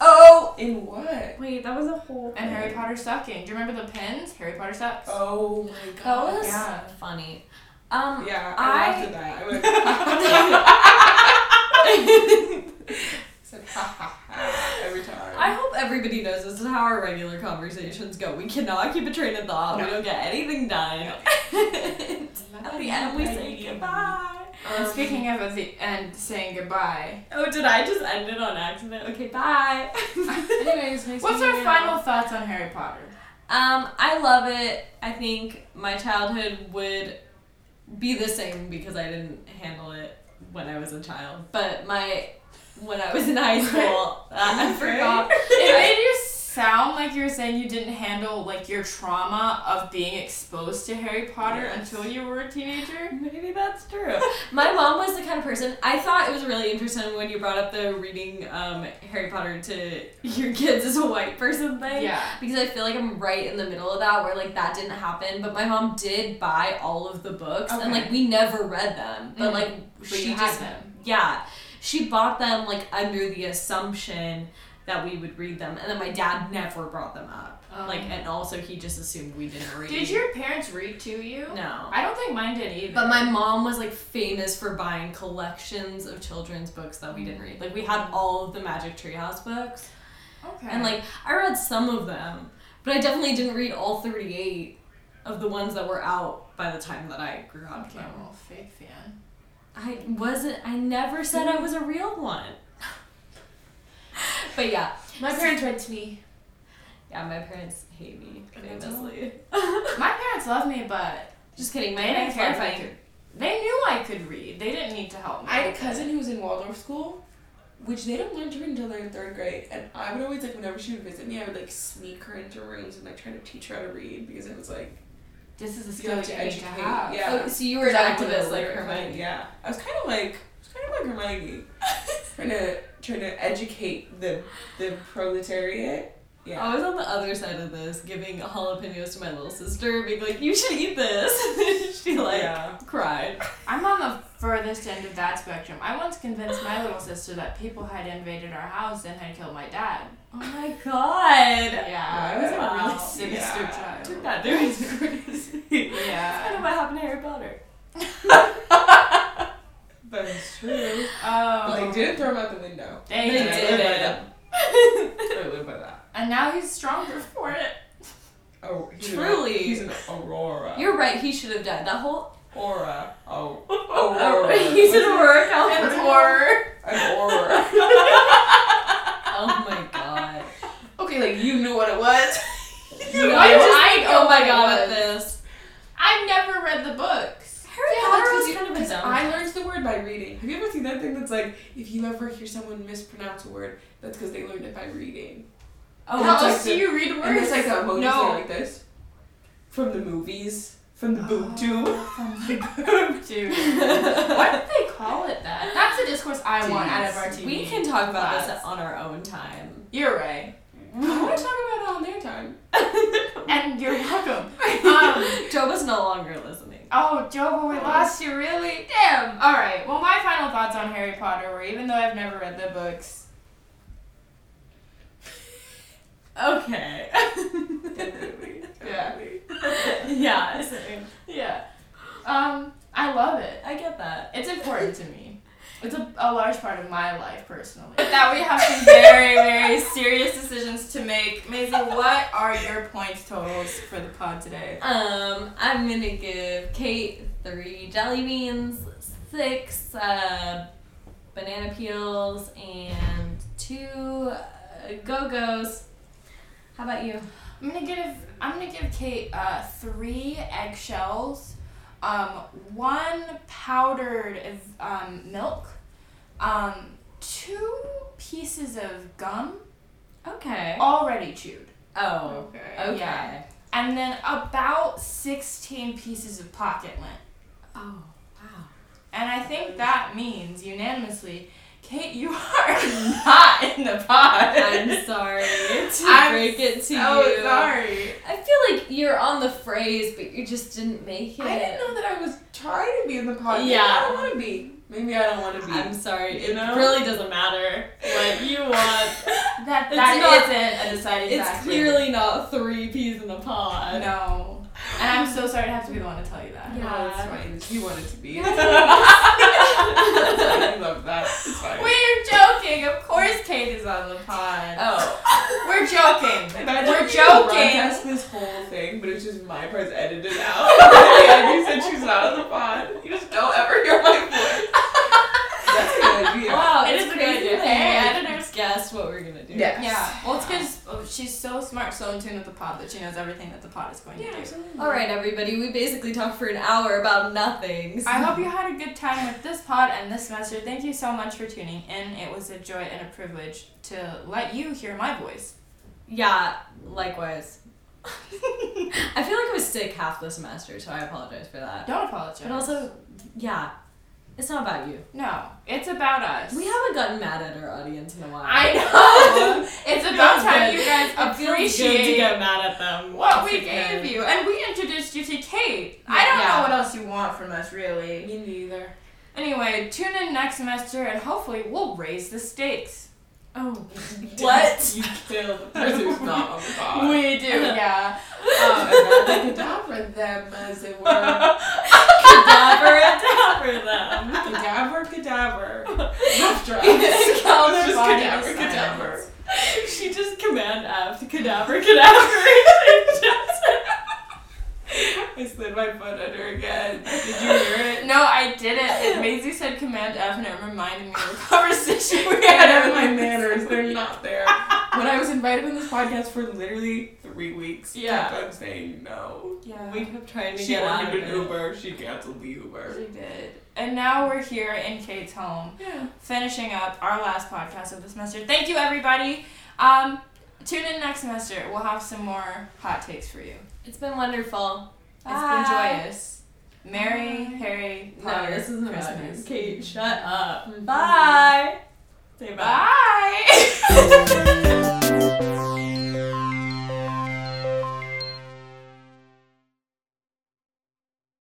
Speaker 3: oh.
Speaker 4: In what?
Speaker 3: Wait, that was a whole.
Speaker 2: And Harry Potter sucking. Do you remember the pins? Harry Potter sucks.
Speaker 4: Oh my
Speaker 3: That
Speaker 4: god.
Speaker 3: was
Speaker 2: Yeah.
Speaker 3: funny. Um,
Speaker 4: Yeah, I,
Speaker 3: I-
Speaker 4: laughed at that. I went. Said, ha, ha, ha, every time.
Speaker 3: I hope everybody knows this is how our regular conversations go. We cannot keep a train of thought. We
Speaker 4: No.
Speaker 3: don't get anything done. At the end, we say goodbye.
Speaker 2: And speaking of at the end saying goodbye,
Speaker 3: Oh, did I just end it on accident? Okay, bye.
Speaker 4: Anyways, nice
Speaker 2: what's
Speaker 4: meeting
Speaker 2: our
Speaker 4: you.
Speaker 2: final thoughts on Harry Potter?
Speaker 3: Um, I love it. I think my childhood would be the same because I didn't handle it when I was a child. But my when I was in high school, uh, I
Speaker 4: Okay.
Speaker 3: forgot.
Speaker 2: It made you sound like you're saying you didn't handle like your trauma of being exposed to Harry Potter
Speaker 4: Yes.
Speaker 2: until you were a teenager.
Speaker 4: Maybe that's true.
Speaker 3: My mom was the kind of person I thought it was really interesting when you brought up the reading um, Harry Potter to your kids as a white person thing.
Speaker 2: Yeah.
Speaker 3: Because I feel like I'm right in the middle of that where like that didn't happen, but my mom did buy all of the books and
Speaker 2: Okay.
Speaker 3: like we never read them. But
Speaker 2: Mhm.
Speaker 3: like
Speaker 2: But
Speaker 3: she
Speaker 2: you had
Speaker 3: just
Speaker 2: them.
Speaker 3: Yeah. She bought them like under the assumption that we would read them and then my dad never brought them up.
Speaker 2: Oh.
Speaker 3: Like and also he just assumed we didn't read.
Speaker 2: Did your parents read to you?
Speaker 3: No.
Speaker 2: I don't think mine did either.
Speaker 3: But my mom was like famous for buying collections of children's books that we didn't read. Like we had all of the Magic Treehouse books,
Speaker 2: okay.
Speaker 3: and like I read some of them, but I definitely didn't read all thirty-eight of the ones that were out by the time that I grew up.
Speaker 2: okay, I'm a little fake fan.
Speaker 3: I wasn't. I never said I was a real one. but yeah,
Speaker 2: My parents read to me.
Speaker 3: yeah, my parents hate me
Speaker 2: And that's
Speaker 3: famously.
Speaker 2: My parents love me, but
Speaker 3: Just kidding. My
Speaker 2: they didn't
Speaker 3: parents
Speaker 2: care
Speaker 3: love
Speaker 2: if I
Speaker 3: me.
Speaker 2: could. They knew I could read. They didn't need to help me.
Speaker 4: I had a cousin who was in Waldorf school, which they didn't learn to read until they're in third grade. And I would always like whenever she would visit me, I would like sneak her into rooms and like try to teach her how to read because it was like
Speaker 2: This is a
Speaker 4: you
Speaker 2: skill
Speaker 4: have
Speaker 2: that
Speaker 4: to
Speaker 2: you need
Speaker 4: educate.
Speaker 2: to have.
Speaker 4: Yeah.
Speaker 3: Oh, so you were an
Speaker 4: Exactly.
Speaker 3: activist like Hermione.
Speaker 4: Yeah. I was kind of like, I was kind of like Hermione, trying to trying to educate the the proletariat. Yeah.
Speaker 3: I was on the other side of this, giving jalapenos to my little sister, being like, "You should eat this." she like
Speaker 4: Yeah.
Speaker 3: cried.
Speaker 2: I'm on the furthest end of that spectrum. I once convinced my little sister that people had invaded our house and had killed my dad.
Speaker 3: Oh my god!
Speaker 2: Yeah, I was a
Speaker 3: Wow.
Speaker 2: really sinister
Speaker 4: Yeah.
Speaker 3: Took
Speaker 2: child.
Speaker 3: that there is crazy. kind of
Speaker 2: Yeah.
Speaker 3: what happened to Harry Potter.
Speaker 4: But it's true.
Speaker 2: Oh.
Speaker 4: But they didn't throw him out the window.
Speaker 2: They
Speaker 3: They
Speaker 4: And I
Speaker 2: did.
Speaker 4: live
Speaker 3: did.
Speaker 4: by
Speaker 3: it.
Speaker 4: that. I live by that.
Speaker 2: And now he's stronger for it.
Speaker 4: Oh, he's an-
Speaker 3: Truly.
Speaker 4: he's an aurora.
Speaker 3: You're right. He should have died. That whole
Speaker 4: aura. Oh, aurora.
Speaker 3: he's an aurora
Speaker 2: It's
Speaker 3: Calvin.
Speaker 2: horror.
Speaker 4: An aura.
Speaker 3: Oh my god!
Speaker 4: okay, like you knew what it was.
Speaker 3: No,
Speaker 2: Why did you
Speaker 3: I-
Speaker 2: think
Speaker 3: oh my
Speaker 2: it
Speaker 3: god! At
Speaker 2: was?
Speaker 3: this,
Speaker 2: I've never read the books.
Speaker 3: Harry
Speaker 4: Yeah,
Speaker 3: Potter
Speaker 4: because
Speaker 3: was
Speaker 4: you-
Speaker 3: kind of a
Speaker 4: because
Speaker 3: dumb.
Speaker 4: I learned the word by reading. Have you ever seen that thing that's like, if you ever hear someone mispronounce a word, that's because they learned it by reading.
Speaker 3: oh,
Speaker 2: How
Speaker 4: it's like
Speaker 2: else do
Speaker 4: the-
Speaker 2: you read words?
Speaker 4: And it's like that emoji
Speaker 2: No.
Speaker 4: like this. From the movies. From the boob tube.
Speaker 2: Oh, Dude. Why did they call it that? That's a discourse I want out of our TV.
Speaker 3: we can talk about this
Speaker 2: class.
Speaker 3: on our own time.
Speaker 2: You're right.
Speaker 4: I'm gonna talk about it on their time.
Speaker 2: And you're welcome. Um,
Speaker 3: Joba's no longer listening.
Speaker 2: Oh, Jovo, we lost you, really? Damn! Alright, well, my final thoughts on Harry Potter were even though I've never read the books,
Speaker 3: Okay.
Speaker 2: Yeah.
Speaker 3: yeah, same.
Speaker 2: yeah, um, I love it.
Speaker 3: I get that.
Speaker 2: It's important to me. It's a, a large part of my life personally. That we have some very, very serious decisions to make. Maisie, what are your points totals for the pod today?
Speaker 3: Um, I'm gonna give Kate three jelly beans, six uh, banana peels, and two uh, go go's. How about you?
Speaker 2: I'm gonna give I'm gonna give Kate uh, three eggshells, um, one powdered um, milk, um, two pieces of gum
Speaker 3: Okay.
Speaker 2: already chewed,
Speaker 3: Oh.
Speaker 4: Okay.
Speaker 3: Okay.
Speaker 2: Yeah. and then about sixteen pieces of pocket lint.
Speaker 3: Oh. Wow.
Speaker 2: And I think that means unanimously, Kate, you are not in the pod.
Speaker 3: I'm sorry to
Speaker 2: I'm
Speaker 3: break it to
Speaker 2: so
Speaker 3: you.
Speaker 2: sorry.
Speaker 3: I feel like you're on the phrase, but you just didn't make it.
Speaker 4: I didn't know that I was trying to be in the podcast.
Speaker 3: Yeah.
Speaker 4: I don't want to be. Maybe I don't want to be.
Speaker 3: I'm sorry.
Speaker 4: You
Speaker 3: It
Speaker 4: know?
Speaker 3: really doesn't matter what you want.
Speaker 2: That
Speaker 3: It's
Speaker 2: that not a decided
Speaker 3: It's
Speaker 2: factor.
Speaker 3: clearly not three peas in a pod.
Speaker 2: No. And I'm so sorry to have to be the one to tell you that.
Speaker 3: Yeah.
Speaker 4: Oh, it's fine. You wanted to be. I love that. It's fine.
Speaker 2: We're joking. Of course Kate is on the pod.
Speaker 3: Oh.
Speaker 2: We're joking.
Speaker 4: Imagine
Speaker 2: We're
Speaker 4: if you could
Speaker 2: joking.
Speaker 4: Broadcast this whole thing, but it's just my part's edited out. and you said she's not on the pod. You just don't ever hear my voice. That's a good idea.
Speaker 3: Wow,
Speaker 2: It
Speaker 3: it's
Speaker 2: is a good
Speaker 3: crazy
Speaker 2: idea.
Speaker 3: that
Speaker 2: Hey,
Speaker 3: you
Speaker 2: editors.
Speaker 3: guessed what we're gonna do.
Speaker 4: Yes.
Speaker 2: Yeah. Well, it's because oh, she's so smart, so in tune with the pod that she knows everything that the pod is going
Speaker 4: Yeah,
Speaker 2: to do.
Speaker 4: absolutely.
Speaker 3: All right, everybody. We basically talked for an hour about nothing.
Speaker 2: I hope you had a good time with this pod and this semester. Thank you so much for tuning in. It was a joy and a privilege to let you hear my voice.
Speaker 3: Yeah, likewise. I feel like I was sick half the semester, so I apologize for that.
Speaker 2: Don't apologize.
Speaker 3: But also, yeah, it's not about you.
Speaker 2: no, it's about us.
Speaker 3: We haven't gotten mad at our audience in a while.
Speaker 2: I know. it's about
Speaker 3: Feels
Speaker 2: time
Speaker 3: good.
Speaker 2: you guys
Speaker 3: It feels good to
Speaker 2: appreciate
Speaker 3: get mad at them.
Speaker 2: what
Speaker 3: It's
Speaker 2: we
Speaker 3: good.
Speaker 2: gave you, and we introduced you to Kate. I don't
Speaker 3: Yeah.
Speaker 2: know what else you want from us, really.
Speaker 4: Me neither.
Speaker 2: Anyway, tune in next semester, and hopefully we'll raise the stakes.
Speaker 3: Oh, what?
Speaker 4: You still Prison's not on the pod.
Speaker 2: We do, yeah. Um,
Speaker 4: Another cadaver them, as it were.
Speaker 3: cadaver and them.
Speaker 4: Cadaver, cadaver. Rough draft. It's just
Speaker 2: body
Speaker 4: cadaver,
Speaker 2: is
Speaker 4: cadaver.
Speaker 3: She just command F cadaver cadaver. and just-
Speaker 4: I slid my foot under again. Did you hear it?
Speaker 2: No, I didn't. And Maisie said Command F, and it reminded me of a conversation we
Speaker 4: I
Speaker 2: had.
Speaker 4: have
Speaker 2: earlier
Speaker 4: my
Speaker 2: this
Speaker 4: manners. They're
Speaker 2: week.
Speaker 4: not there. When I was invited on this podcast for literally three weeks,
Speaker 3: Yeah.
Speaker 4: kept on saying no.
Speaker 2: Yeah,
Speaker 3: We kept trying to
Speaker 4: She
Speaker 3: get out
Speaker 4: ordered
Speaker 3: of
Speaker 4: an
Speaker 3: it.
Speaker 4: Uber. She canceled the Uber.
Speaker 2: we did. And now we're here in Kate's home,
Speaker 4: Yeah.
Speaker 2: finishing up our last podcast of the semester. Thank you, everybody. Um, tune in next semester. We'll have some more hot takes for you.
Speaker 3: It's been wonderful.
Speaker 2: It's
Speaker 3: Bye.
Speaker 2: been joyous. Mary, Harry,
Speaker 3: No,
Speaker 2: Potter,
Speaker 3: this isn't about
Speaker 2: Christmas.
Speaker 3: Mm-hmm. you. Kate, shut up. Bye. Say bye.
Speaker 2: Bye.